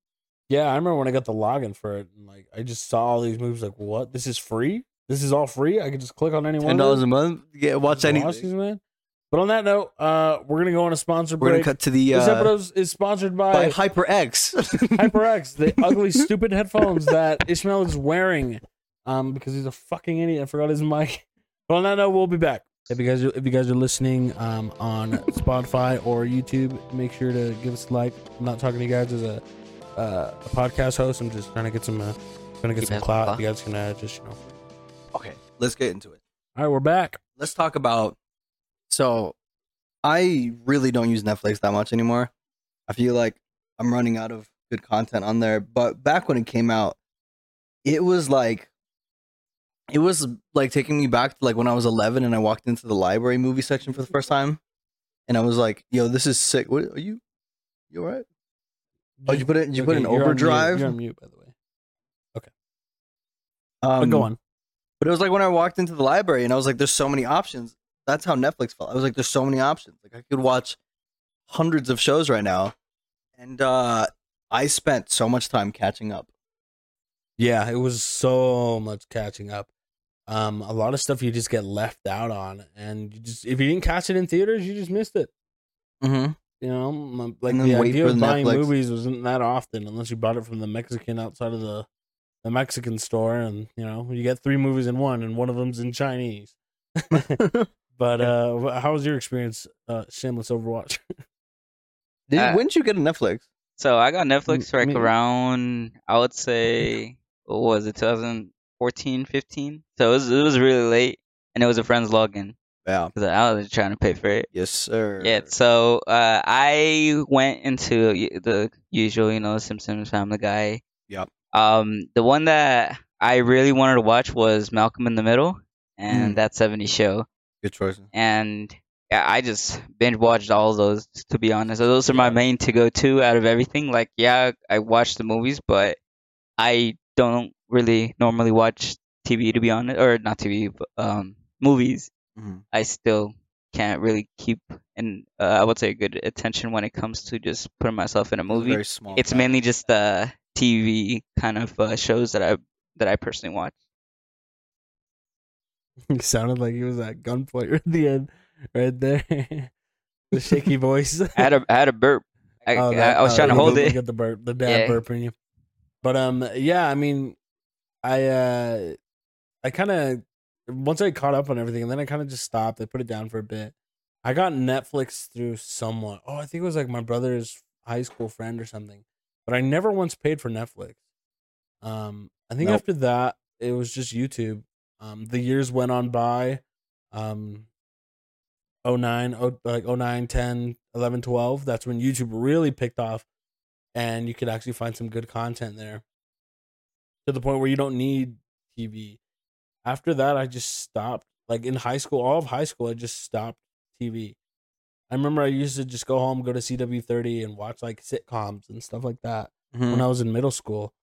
Speaker 2: Yeah, I remember when I got the login for it, and like I just saw all these movies. Like, what? This is free. This is all free. I could just click on any one.
Speaker 3: Ten
Speaker 2: of
Speaker 3: dollars
Speaker 2: them?
Speaker 3: a month, yeah, watch
Speaker 2: Just watch these,
Speaker 3: anything.
Speaker 2: man. But on that note, uh, we're gonna go on a sponsor
Speaker 3: We're gonna
Speaker 2: break.
Speaker 3: cut to the
Speaker 2: This
Speaker 3: uh,
Speaker 2: episode is sponsored
Speaker 3: by
Speaker 2: by,
Speaker 3: HyperX. <laughs>
Speaker 2: HyperX, the ugly, stupid headphones that Ishmael is wearing, um, because he's a fucking idiot. I forgot his mic. But on that note, we'll be back. If you guys, if you guys are listening um, on Spotify or YouTube, make sure to give us a like. I'm not talking to you guys as a, uh, a podcast host. I'm just trying to get some, uh, trying to get
Speaker 1: Keep
Speaker 2: some
Speaker 1: it
Speaker 2: clout.
Speaker 1: up.
Speaker 2: You guys can uh, just, you know. All
Speaker 3: okay, let's get into it.
Speaker 2: right, we're back.
Speaker 3: let's talk about so i really don't use netflix that much anymore i feel like i'm running out of good content on there but back when it came out it was like it was like taking me back to like when i was 11 and i walked into the library movie section for the first time and i was like yo this is sick what are you you all right oh you put it you put
Speaker 2: Okay,
Speaker 3: an
Speaker 2: you're on mute.
Speaker 3: overdrive
Speaker 2: You're on mute, by the way.
Speaker 3: um,
Speaker 2: but go on.
Speaker 3: But it was like when I walked into the library and I was like, there's so many options. That's how Netflix felt. I was like, there's so many options. Like I could watch hundreds of shows right now. And uh I spent so much time catching up.
Speaker 2: Yeah, it was so much catching up. Um, a lot of stuff you just get left out on, and you just if you didn't catch it in theaters, you just missed it.
Speaker 3: Mm-hmm.
Speaker 2: You know, m- like
Speaker 3: And then
Speaker 2: the
Speaker 3: wait
Speaker 2: idea
Speaker 3: for
Speaker 2: of buying
Speaker 3: Netflix.
Speaker 2: movies wasn't that often, unless you bought it from the Mexican outside of the the Mexican store, and you know you get three movies in one, and one of them's in Chinese. <laughs>
Speaker 3: <laughs>
Speaker 2: but uh, how was your experience, uh, Shameless Overwatch? <laughs>
Speaker 3: Did,
Speaker 1: Uh,
Speaker 3: when did you get a Netflix?
Speaker 1: So I got
Speaker 3: Mm,
Speaker 1: Netflix
Speaker 2: M-
Speaker 1: like
Speaker 2: me-
Speaker 1: around I would say what was it 2014, 15? So it was it was really late, and it was a friend's login
Speaker 3: Yeah.
Speaker 1: because I was trying to pay for it.
Speaker 3: Yes, sir.
Speaker 1: Yeah, so uh, I went into y- the usual, you know, Simpsons, Family Guy.
Speaker 3: Yep.
Speaker 1: Um, the one that I really wanted to watch was Malcolm in the Middle and
Speaker 3: Mm.
Speaker 1: that 70s show,
Speaker 3: Good choice.
Speaker 1: and yeah, I just binge watched all those. To be honest, So those are my
Speaker 2: Yeah.
Speaker 1: main to go to out of everything. Like, yeah, I watch the movies, but I don't really normally watch TV to be honest, or not TV, but um, movies.
Speaker 3: Mhm.
Speaker 1: I still can't really keep and uh, I would say good attention when it comes to just putting myself in a
Speaker 3: It's a
Speaker 1: movie.
Speaker 3: Very small.
Speaker 1: It's
Speaker 3: pack.
Speaker 1: mainly just the TV kind of uh, shows that I that I personally watch.
Speaker 2: He sounded like he was at gunpoint <laughs> at the end, right there. <laughs> the shaky voice.
Speaker 1: I
Speaker 2: <laughs>
Speaker 1: had a I had a burp. I,
Speaker 2: Oh,
Speaker 1: I-
Speaker 2: that-
Speaker 1: I was
Speaker 2: oh,
Speaker 1: trying to
Speaker 2: you
Speaker 1: hold
Speaker 2: didn't
Speaker 1: it.
Speaker 2: Get the burp, the dad
Speaker 1: Yeah.
Speaker 2: burping you. But um, yeah, I mean, I uh, I kind of once I caught up on everything, and then I kind of just stopped. I put it down for a bit. I got Netflix through someone. Oh, I think it was like my brother's high school friend or something. But I never once paid for Netflix. Um, I think
Speaker 3: Nope.
Speaker 2: after that, it was just YouTube. Um, the years went on by. Um, 09, oh, like 09, 10, 11, 12. That's when YouTube really picked off and you could actually find some good content there to the point where you don't need TV. After that, I just stopped. Like in high school, all of high school, I just stopped TV. I remember I used to just go home, go to CW30, and watch like sitcoms and stuff like that
Speaker 3: Mm-hmm. Hmm.
Speaker 2: when I was in middle school.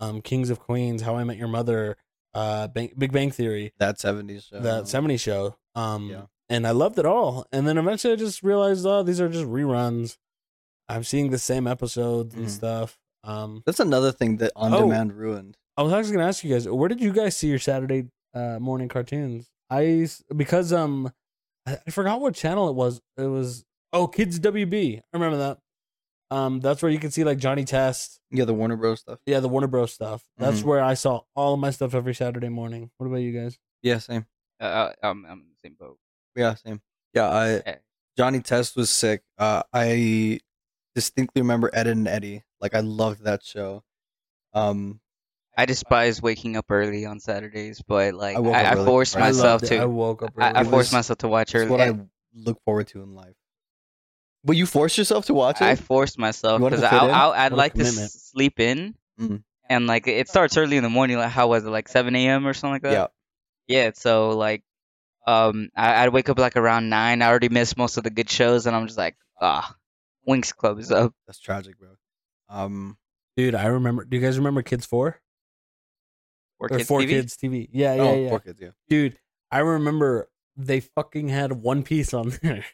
Speaker 2: Um, Kings of Queens, How I Met Your Mother, uh, Bang- Big Bang Theory,
Speaker 3: That seventies show.
Speaker 2: that Seminy show. Um,
Speaker 3: Yeah.
Speaker 2: and I loved it all. And then eventually I just realized, oh, these are just reruns. I'm seeing the same episodes and
Speaker 3: Mhm.
Speaker 2: stuff. Um,
Speaker 3: That's another thing that on
Speaker 2: Oh.
Speaker 3: demand ruined.
Speaker 2: I was actually gonna ask you guys, where did you guys see your Saturday uh, morning cartoons? I s- because um, I I forgot what channel it was. It was oh, Kids WB. I remember that. Um, that's where you can see like Johnny Test.
Speaker 3: Yeah, the Warner Bros stuff.
Speaker 2: Yeah, the Warner Bros stuff. That's
Speaker 3: Mhm.
Speaker 2: where I saw all of my stuff every Saturday morning. What about you guys?
Speaker 3: Yeah, same.
Speaker 1: <laughs> Uh, I'm, I'm in the same boat.
Speaker 3: Yeah, same. Yeah, I
Speaker 1: Yeah.
Speaker 3: Johnny Test was sick. Uh, I distinctly remember Ed and Eddie. Like I loved that show. Um,
Speaker 1: I despise waking up early on Saturdays, but like
Speaker 3: I
Speaker 1: I,
Speaker 3: woke
Speaker 1: I,
Speaker 3: up early.
Speaker 1: forced
Speaker 3: I
Speaker 1: myself
Speaker 2: loved it.
Speaker 1: to.
Speaker 2: I woke up.
Speaker 1: I, I
Speaker 2: early.
Speaker 3: It
Speaker 1: forced
Speaker 3: was-
Speaker 1: myself to watch
Speaker 3: it's
Speaker 1: early.
Speaker 3: what I look forward to in life. But you forced yourself to watch it.
Speaker 1: I forced myself
Speaker 3: You wanted
Speaker 1: because
Speaker 3: to fit
Speaker 1: I
Speaker 3: in?
Speaker 1: I
Speaker 2: What
Speaker 1: I'd
Speaker 2: a
Speaker 1: like to
Speaker 2: commitment.
Speaker 1: s- sleep in,
Speaker 3: Mhm.
Speaker 1: and like it starts early in the morning. Like how was it? Like seven a.m. or something like that.
Speaker 3: yeah,
Speaker 1: Yeah. So like, um, I, I'd wake up like around nine. I already missed most of the good shows, and I'm just like, ah, Winx Club is up.
Speaker 3: that's tragic, bro. Um,
Speaker 2: dude. I remember. Do you guys remember Kids Four
Speaker 1: Four
Speaker 2: or
Speaker 1: kids
Speaker 2: Four
Speaker 1: TV.
Speaker 2: Kids TV? Yeah, yeah,
Speaker 3: oh,
Speaker 2: yeah.
Speaker 3: poor kids, yeah.
Speaker 2: dude i remember they fucking had one piece on <laughs> there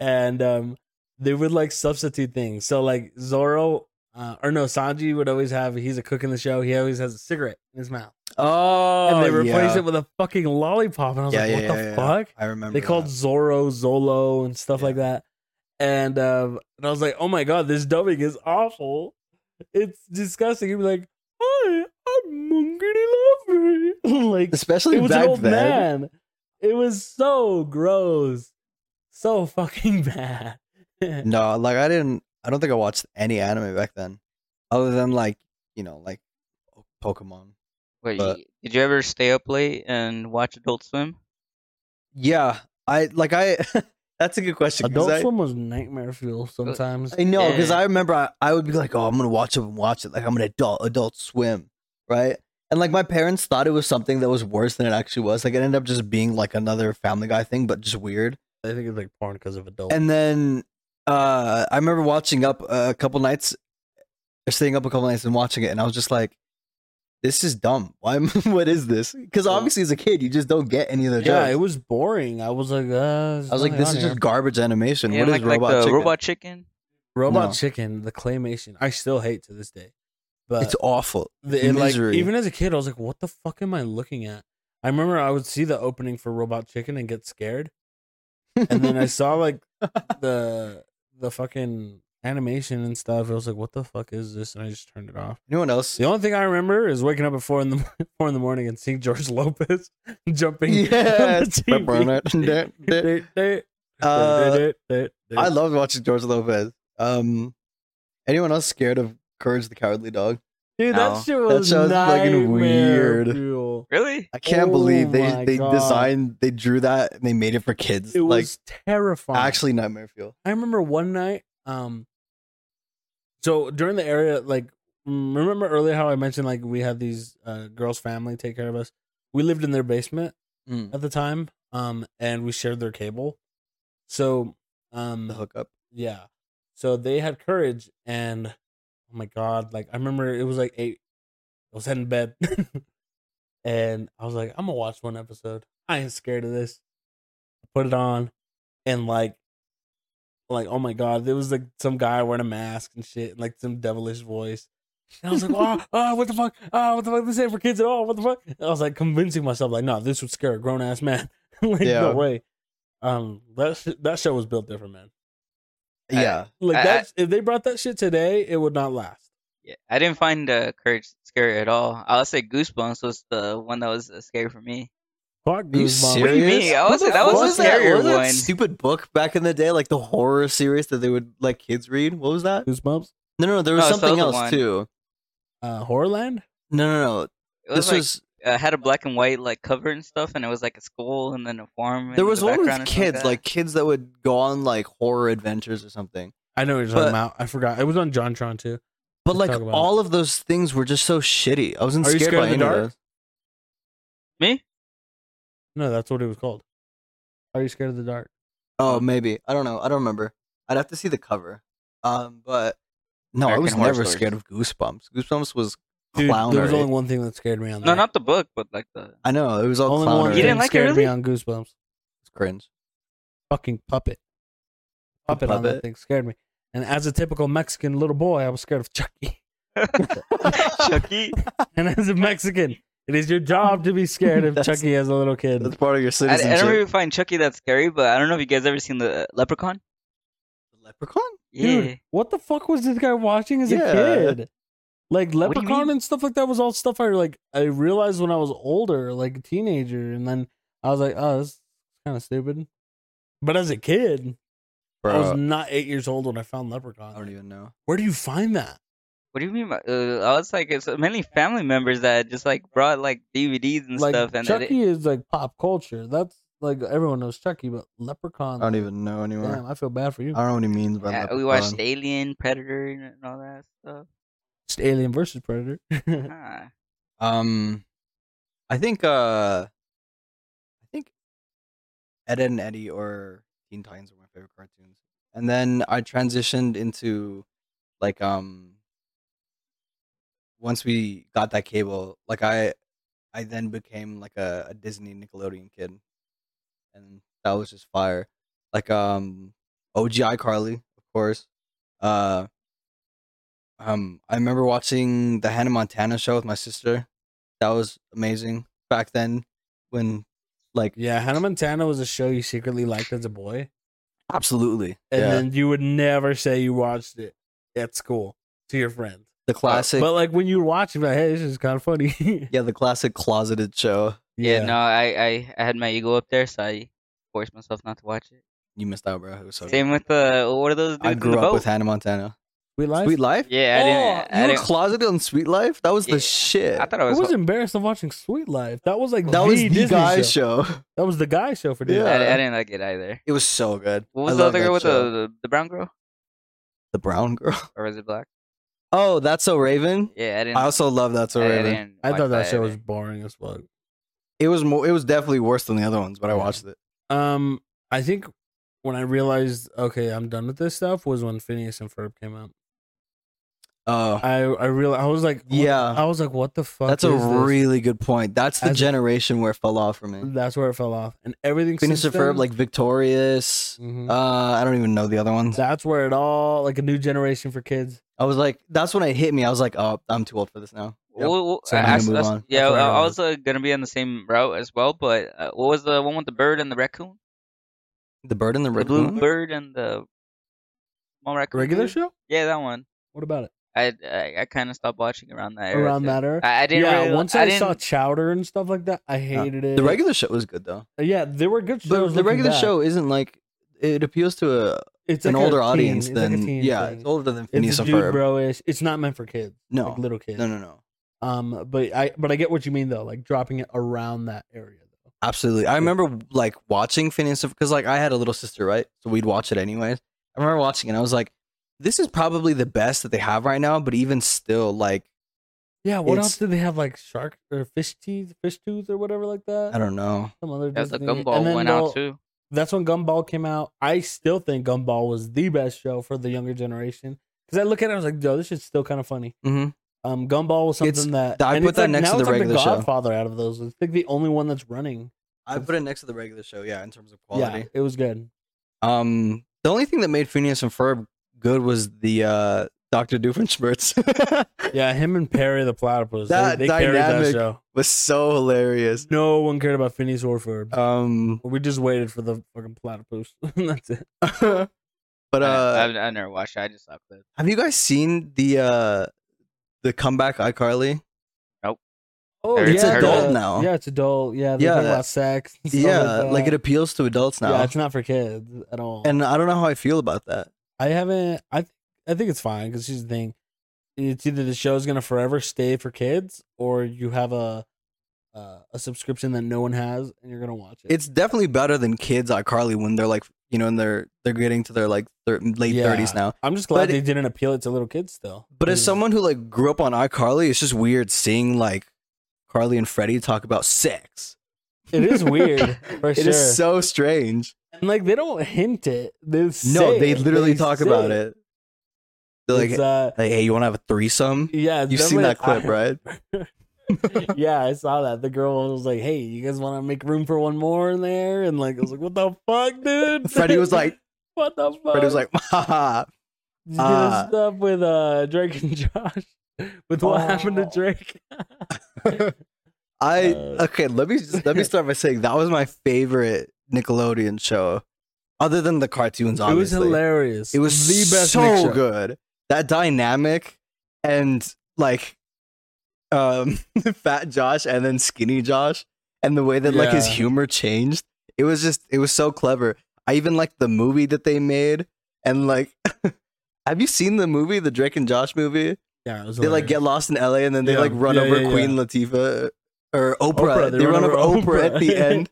Speaker 2: and um they would like substitute things so like zoro uh, or no sanji would always have he's a cook in the show he always has a cigarette in his mouth
Speaker 3: Oh,
Speaker 2: and they replaced
Speaker 3: yeah.
Speaker 2: it with a fucking lollipop and i was
Speaker 3: Yeah,
Speaker 2: like
Speaker 3: yeah,
Speaker 2: what the
Speaker 3: yeah, yeah.
Speaker 2: fuck
Speaker 3: I remember
Speaker 2: they called
Speaker 3: that.
Speaker 2: Zorro, Zolo, and stuff like that. And um, and I was like, oh my god, this dubbing is awful. It's disgusting. He'd be like, hi, I'm Mungity Lover. <laughs> like,
Speaker 3: especially
Speaker 2: it was
Speaker 3: back
Speaker 2: an old
Speaker 3: then.
Speaker 2: man. It was so gross, so fucking <laughs> bad.
Speaker 3: No, like I didn't. I don't think I watched any anime back then, other than like you know like Pokemon.
Speaker 1: Wait,
Speaker 3: but-
Speaker 1: y- did you ever stay up late and watch Adult Swim?
Speaker 3: Yeah, I like I. <laughs> that's a good question. 'cause
Speaker 2: Adult
Speaker 3: I,
Speaker 2: Swim was nightmare fuel sometimes.
Speaker 3: I know because
Speaker 1: Yeah.
Speaker 3: I remember I, I would be like, oh, I'm gonna watch it and watch it. Like I'm an adult, Adult Swim, right? And like my parents thought it was something that was worse than it actually was. Like it ended up just being like another Family Guy thing, but just weird.
Speaker 2: I think it's like porn because of adult.
Speaker 3: And then uh, I remember watching up a couple nights, staying up a couple nights and watching it, and I was just like, "This is dumb. Why? am- <laughs> what is this?" Because
Speaker 2: Yeah.
Speaker 3: obviously, as a kid, you just don't get any of the
Speaker 2: yeah,
Speaker 3: jokes.
Speaker 2: it was boring. I was like, uh,
Speaker 3: I was like, "This is just garbage animation.
Speaker 1: Yeah,
Speaker 3: what is
Speaker 1: like, like
Speaker 3: robot
Speaker 1: the
Speaker 3: chicken?
Speaker 1: Robot Chicken.
Speaker 2: Robot
Speaker 3: No.
Speaker 2: Chicken, the claymation. I still hate to this day, but
Speaker 3: It's awful.
Speaker 2: the, it, like
Speaker 3: misery.
Speaker 2: even as a kid, I was like, "What the fuck am I looking at?" I remember I would see the opening for Robot Chicken and get scared, and
Speaker 3: uh, <laughs>
Speaker 2: then I saw like the the fucking animation and stuff. I was like, "What the fuck is this?" And I just turned it off.
Speaker 3: Anyone else?
Speaker 2: The only thing I remember is waking up at four in the <laughs> four in the morning and seeing George <laughs> Lopez jumping.
Speaker 3: <laughs> Yes.
Speaker 2: <laughs> on the
Speaker 3: <laughs> I
Speaker 2: <laughs> TV.
Speaker 3: Uh, loved watching George Lopez. Um, anyone else scared of Courage the Cowardly Dog?
Speaker 2: Dude, that
Speaker 1: No.
Speaker 2: shit was
Speaker 3: show's fucking
Speaker 2: nightmare
Speaker 3: weird.
Speaker 2: fuel.
Speaker 1: Really?
Speaker 3: I can't
Speaker 2: Oh
Speaker 3: believe
Speaker 2: my
Speaker 3: they they
Speaker 2: God.
Speaker 3: designed, they drew that, and they made it for kids.
Speaker 2: It
Speaker 3: like
Speaker 2: was terrifying.
Speaker 3: actually nightmare fuel.
Speaker 2: I remember one night. Um, so during the area, like mm, remember earlier how I mentioned, like we had these uh, girls' family take care of us. We lived in their basement
Speaker 3: Mm.
Speaker 2: at the time, um, and we shared their cable. So, um,
Speaker 3: The hookup.
Speaker 2: yeah. So they had courage, and oh my god, like I remember it was like eight. I was heading to bed, <laughs> and I was like, I'm gonna watch one episode. I ain't scared of this. I put it on, and like, like oh my god, there was like some guy wearing a mask and shit, and like some devilish voice. And I was like, oh, oh, what the fuck? Oh, what the fuck? This ain't for kids at all. What the fuck? And I was like convincing myself, like, no, this would scare a grown ass man. <laughs> like,
Speaker 3: Yeah.
Speaker 2: no way. Um, that sh- that show was built different, man.
Speaker 3: Yeah,
Speaker 2: Like
Speaker 1: I-
Speaker 2: that, if they brought that shit today, it would not last.
Speaker 1: Yeah, I didn't find uh, Courage scary at all. I'll say Goosebumps was the one that was uh, scary for me.
Speaker 2: Fuck
Speaker 3: Are you
Speaker 2: Goosebumps.
Speaker 1: What do you
Speaker 3: Serious?
Speaker 1: mean? I was,
Speaker 2: What the
Speaker 1: that
Speaker 2: fuck?
Speaker 1: was a scarier
Speaker 3: What was
Speaker 1: one.
Speaker 3: that stupid book back in the day, like the horror series that they would let kids read? What was that?
Speaker 2: Goosebumps.
Speaker 3: No, no, no. There was
Speaker 1: No, it's the
Speaker 3: something
Speaker 1: other
Speaker 3: else
Speaker 1: one.
Speaker 3: too.
Speaker 2: Uh, Horrorland.
Speaker 3: No, no, no.
Speaker 1: It was
Speaker 3: this
Speaker 1: like,
Speaker 3: was
Speaker 1: uh, had a black and white like cover and stuff, and it was like a school and then a farm. in
Speaker 3: there was
Speaker 1: the
Speaker 3: one with
Speaker 1: background or something
Speaker 3: kids, like kids that would go on like horror adventures or something.
Speaker 2: I know what you're talking
Speaker 3: But-
Speaker 2: about. I forgot. It was on JonTron too.
Speaker 3: But
Speaker 2: Let's
Speaker 3: like
Speaker 2: talk about it.
Speaker 3: all of those things were just so shitty. I wasn't
Speaker 2: Are you
Speaker 3: scared,
Speaker 2: scared
Speaker 3: by
Speaker 2: of the
Speaker 3: any of
Speaker 2: dark?
Speaker 3: those.
Speaker 1: Me?
Speaker 2: No, that's what it was called. Are you scared of the dark?
Speaker 3: Oh, maybe. I don't know. I don't remember. I'd have to see the cover. Um, but no, I
Speaker 1: American
Speaker 3: was
Speaker 1: Horror
Speaker 3: never
Speaker 1: Stories.
Speaker 3: scared of Goosebumps. Goosebumps was
Speaker 2: Dude,
Speaker 3: clownery.
Speaker 2: there was only one thing that scared me on that.
Speaker 1: No, not the book, but like the. <laughs>
Speaker 3: I know it was all
Speaker 2: only
Speaker 3: clownery.
Speaker 2: one
Speaker 1: You
Speaker 2: thing
Speaker 1: didn't like it,
Speaker 2: scared me
Speaker 1: really?
Speaker 2: on Goosebumps.
Speaker 3: It's
Speaker 1: <laughs>
Speaker 3: cringe.
Speaker 2: Fucking puppet. Puppet, on that
Speaker 3: puppet?
Speaker 2: thing scared me. And as a typical Mexican little boy, I was scared of Chucky. <laughs>
Speaker 1: Chucky.
Speaker 2: And as
Speaker 1: <laughs>
Speaker 2: a Mexican, it is your job to be scared of
Speaker 3: That's-
Speaker 2: Chucky as a little kid.
Speaker 3: That's part of your
Speaker 1: I, I
Speaker 3: citizenship.
Speaker 1: don't really find Chucky that scary, but I don't know if you guys ever seen the uh, Leprechaun.
Speaker 3: Leprechaun.
Speaker 1: Yeah.
Speaker 2: Dude, what the fuck was this guy watching as
Speaker 3: Yeah.
Speaker 2: a kid? Like
Speaker 1: you
Speaker 2: Leprechaun
Speaker 1: mean?
Speaker 2: and stuff like that was all stuff I like I realized when I was older, like a teenager, and then I was like, oh, this is kind of stupid. But as a kid, I was
Speaker 3: Bro,
Speaker 2: not eight years old when I found
Speaker 3: I
Speaker 2: Leprechaun.
Speaker 3: don't even know.
Speaker 2: Where do you find that?
Speaker 1: What do you mean by? Uh, I was like, it's mainly family members that just like brought like DVDs and
Speaker 2: like
Speaker 1: stuff, and that it,
Speaker 2: Chucky is like pop culture. That's like everyone knows Chucky, but Leprechaun.
Speaker 3: I don't even know anymore.
Speaker 2: Damn, I feel bad for you.
Speaker 3: I don't know what he means by
Speaker 1: yeah,
Speaker 3: that.
Speaker 1: we watched Alien, Predator, and all that stuff.
Speaker 2: It's Alien versus Predator. <laughs>
Speaker 1: Huh.
Speaker 3: Um, I think uh, I think Ed and Eddie or Teen Titans are my favorite cartoons, and then I transitioned into like um. Once we got that cable, like I, I then became like a, a Disney Nickelodeon kid, and that was just fire. Like um, OGI Carly, of course. Uh, um, I remember watching the Hannah Montana show with my sister. That was amazing back then. When, like,
Speaker 2: yeah, Hannah Montana was a show you secretly liked as a boy.
Speaker 3: absolutely,
Speaker 2: and
Speaker 3: yeah.
Speaker 2: then you would never say you watched it at school to your friends.
Speaker 3: the classic,
Speaker 2: But like when you watch it, like, hey, this is kind of funny. <laughs> yeah.
Speaker 3: yeah, the classic closeted show.
Speaker 1: Yeah, no, I, I, I had my ego up there, so I forced myself not to watch it.
Speaker 3: You missed out, bro. It was so good.
Speaker 1: Same with the what are those dudes
Speaker 3: I
Speaker 1: in
Speaker 3: grew
Speaker 1: the
Speaker 3: up
Speaker 1: boat?
Speaker 3: with Hannah Montana.
Speaker 2: we lied.
Speaker 3: Sweet Life.
Speaker 1: yeah, I
Speaker 3: oh,
Speaker 1: didn't. I,
Speaker 3: you were
Speaker 1: didn't
Speaker 3: closeted on Sweet Life. That was
Speaker 1: Yeah.
Speaker 3: the shit.
Speaker 1: I thought I
Speaker 2: I
Speaker 1: was.
Speaker 2: was embarrassed of watching Sweet Life. That was like
Speaker 3: that was the
Speaker 2: Disney
Speaker 3: guy
Speaker 2: show.
Speaker 3: show. <laughs>
Speaker 2: That was the guy show for Disney.
Speaker 1: I, I
Speaker 3: Yeah.
Speaker 1: didn't like it either.
Speaker 3: It was so good.
Speaker 1: What
Speaker 3: I
Speaker 1: was the
Speaker 3: love
Speaker 1: other
Speaker 3: that
Speaker 1: girl with
Speaker 3: show.
Speaker 1: the, the the brown girl,
Speaker 3: the brown girl? <laughs>
Speaker 1: or was it black?
Speaker 3: Oh, that's so Raven.
Speaker 1: Yeah, I didn't.
Speaker 3: I also love that's so
Speaker 1: I, I
Speaker 3: Raven.
Speaker 1: didn't
Speaker 2: I
Speaker 1: watch
Speaker 2: thought that show was
Speaker 1: either.
Speaker 2: boring as fuck.
Speaker 3: It was more. It was definitely worse than the other ones, but I
Speaker 2: Yeah.
Speaker 3: watched it.
Speaker 2: Um, I think when I realized okay, I'm done with this stuff was when Phineas and Ferb came out.
Speaker 3: Oh,
Speaker 2: I I real I was like what-
Speaker 3: Yeah.
Speaker 2: I was like what the fuck
Speaker 3: That's a
Speaker 2: is this?
Speaker 3: really good point. That's the
Speaker 2: As a-
Speaker 3: generation where it fell off for me.
Speaker 2: that's where it fell off and everything
Speaker 3: Phineas and
Speaker 2: since
Speaker 3: Ferb,
Speaker 2: then-
Speaker 3: like Victorious.
Speaker 2: Mhm.
Speaker 3: Uh, I don't even know the other ones.
Speaker 2: That's where it all like a new generation for kids.
Speaker 3: I was like, that's when it hit me. I was like, oh, I'm too old for this now. Yep.
Speaker 1: Well, well,
Speaker 3: So
Speaker 1: I-
Speaker 3: I'm gonna
Speaker 1: I s-
Speaker 3: move
Speaker 1: I s-
Speaker 3: on.
Speaker 1: Yeah,
Speaker 2: That's where I
Speaker 1: I, I
Speaker 2: was.
Speaker 1: was uh, gonna be on the same route as well. But uh, what was the one with the bird and the raccoon?
Speaker 3: The Bird and the
Speaker 1: The blue
Speaker 3: Raccoon.
Speaker 1: bird and the small raccoon.
Speaker 2: Regular
Speaker 1: dude?
Speaker 3: Mm-hmm.
Speaker 2: show?
Speaker 1: Yeah, that one.
Speaker 2: What about it?
Speaker 1: I I, I kind of stopped watching around that. Era
Speaker 2: Around
Speaker 1: too.
Speaker 2: that era?
Speaker 1: I, I didn't.
Speaker 2: yeah,
Speaker 1: really,
Speaker 2: once I,
Speaker 1: I, didn't,
Speaker 2: saw Chowder and stuff like that, I hated it.
Speaker 3: Uh,
Speaker 2: Uh,
Speaker 3: The regular show was good though.
Speaker 2: yeah, there were good
Speaker 3: But
Speaker 2: shows.
Speaker 3: the
Speaker 2: looking
Speaker 3: regular
Speaker 2: back.
Speaker 3: show isn't like it appeals to a,
Speaker 2: it's
Speaker 3: an
Speaker 2: like a
Speaker 3: older
Speaker 2: teen-
Speaker 3: audience
Speaker 2: it's like a
Speaker 3: than
Speaker 2: teen
Speaker 3: yeah,
Speaker 2: thing.
Speaker 3: it's older than
Speaker 2: it's
Speaker 3: Phineas
Speaker 2: a
Speaker 3: and
Speaker 2: dude
Speaker 3: Ferb.
Speaker 2: bro-ish. It's not meant for kids.
Speaker 3: No.
Speaker 2: like little kids.
Speaker 3: No, no, no.
Speaker 2: Um, but I but I get what you mean though, like dropping it around that area though.
Speaker 3: Absolutely. I remember like watching Phineas because like I had a little sister, right? So we'd watch it anyways. I remember watching it. And I was like, this is probably the best that they have right now. But even still, like
Speaker 2: Yeah, what
Speaker 3: It's-
Speaker 2: else did they have like shark or fish teeth, fish tooth or whatever like that?
Speaker 3: I don't know.
Speaker 2: Some other
Speaker 1: That was the
Speaker 2: Disney- and
Speaker 1: gumball
Speaker 2: then
Speaker 1: went out
Speaker 2: they'll-
Speaker 1: too.
Speaker 2: that's when Gumball came out. I still think Gumball was the best show for the younger generation because I look at it, I was like, yo, this shit's still kind of funny.
Speaker 3: Mm-hmm.
Speaker 2: Um, Gumball was something
Speaker 3: It's-
Speaker 2: that
Speaker 3: I
Speaker 2: and
Speaker 3: put
Speaker 2: it's
Speaker 3: that
Speaker 2: like,
Speaker 3: next
Speaker 2: now
Speaker 3: to the
Speaker 2: it's like
Speaker 3: regular
Speaker 2: the
Speaker 3: show.
Speaker 2: Godfather out of those. It's like the only one that's running.
Speaker 3: I put it next to the regular show. Yeah, in terms of
Speaker 2: Yeah,
Speaker 3: quality.
Speaker 2: it was good.
Speaker 3: Um, the only thing that made Phineas and Ferb good was the uh, Doctor Doofenshmirtz. <laughs>
Speaker 2: Yeah, him and Perry the Platypus. they-
Speaker 3: That
Speaker 2: they, carried that
Speaker 3: dynamic-
Speaker 2: show.
Speaker 3: was so hilarious.
Speaker 2: No one cared about Phineas or Ferb.
Speaker 3: Um,
Speaker 2: we just waited for the fucking platypus. <laughs> that's
Speaker 3: <laughs>
Speaker 2: it.
Speaker 3: but
Speaker 1: I-
Speaker 3: uh,
Speaker 1: I've, I've never watched. it. I just saw clips.
Speaker 3: have you guys seen the uh, the comeback iCarly?
Speaker 2: Oh,
Speaker 1: Or it's
Speaker 3: adult
Speaker 2: the-
Speaker 3: now.
Speaker 2: Yeah, it's adult. Yeah, they
Speaker 3: Yeah,
Speaker 2: talk
Speaker 3: that-
Speaker 2: about sex. and stuff
Speaker 3: Yeah,
Speaker 2: like,
Speaker 3: like
Speaker 2: that.
Speaker 3: it appeals to adults now.
Speaker 2: Yeah, it's not for kids at all.
Speaker 3: and I don't know how I feel about that.
Speaker 2: I haven't. I th- I think it's fine because here's the thing: it's either the show's gonna forever stay for kids, or you have a uh, a subscription that no one has, and you're gonna watch it.
Speaker 3: It's definitely better than kids iCarly when they're like, you know, and they're they're getting to their like thir- late
Speaker 2: Yeah.
Speaker 3: thirties now.
Speaker 2: I'm just glad
Speaker 3: but-
Speaker 2: they didn't appeal it to little kids still.
Speaker 3: But as
Speaker 2: 'cause-
Speaker 3: someone who like grew up on iCarly, it's just weird seeing like Carly and Freddie talk about sex.
Speaker 2: It
Speaker 3: <laughs>
Speaker 2: is weird. For
Speaker 3: It is
Speaker 2: sure.
Speaker 3: so strange.
Speaker 2: And, like they don't hint it. They
Speaker 3: No,
Speaker 2: say
Speaker 3: they
Speaker 2: it.
Speaker 3: literally talk
Speaker 2: say
Speaker 3: about it. They're like,
Speaker 2: It's, uh,
Speaker 3: like, hey, you want to have a threesome?
Speaker 2: yeah,
Speaker 3: You've seen that clip, right?
Speaker 2: right? <laughs> yeah, I saw that. The girl was like, "Hey, you guys want to make room for one more in there?" And like, I was like, "What the fuck, dude?"
Speaker 3: Freddie was like,
Speaker 2: <laughs> "What the fuck?"
Speaker 3: Freddie was like, <laughs> haha.
Speaker 2: Did you do
Speaker 3: uh,
Speaker 2: stuff with uh Drake and Josh <laughs> with what happened to
Speaker 3: Oh.
Speaker 2: Drake."
Speaker 3: I
Speaker 2: Uh,
Speaker 3: okay. Let me just,
Speaker 2: <laughs>
Speaker 3: let me start by saying that was my favorite Nickelodeon show, other than the cartoons.
Speaker 2: it was
Speaker 3: Obviously,
Speaker 2: hilarious.
Speaker 3: It was
Speaker 2: the best Nick
Speaker 3: so
Speaker 2: show.
Speaker 3: good. That dynamic and like, um, <laughs> Fat Josh and then Skinny Josh and the way that like his
Speaker 2: Yeah.
Speaker 3: humor changed. It was just it was so clever. I even liked the movie that they made and like. <laughs> Have you seen the movie, the Drake and Josh movie?
Speaker 2: Yeah, it was
Speaker 3: They like
Speaker 2: hilarious.
Speaker 3: get lost in LA and then they
Speaker 2: Yeah.
Speaker 3: like run
Speaker 2: Yeah,
Speaker 3: over
Speaker 2: yeah, yeah.
Speaker 3: Queen Latifah or Oprah.
Speaker 2: Oprah,
Speaker 3: They, run, over Oprah, at the
Speaker 2: <laughs>
Speaker 3: end.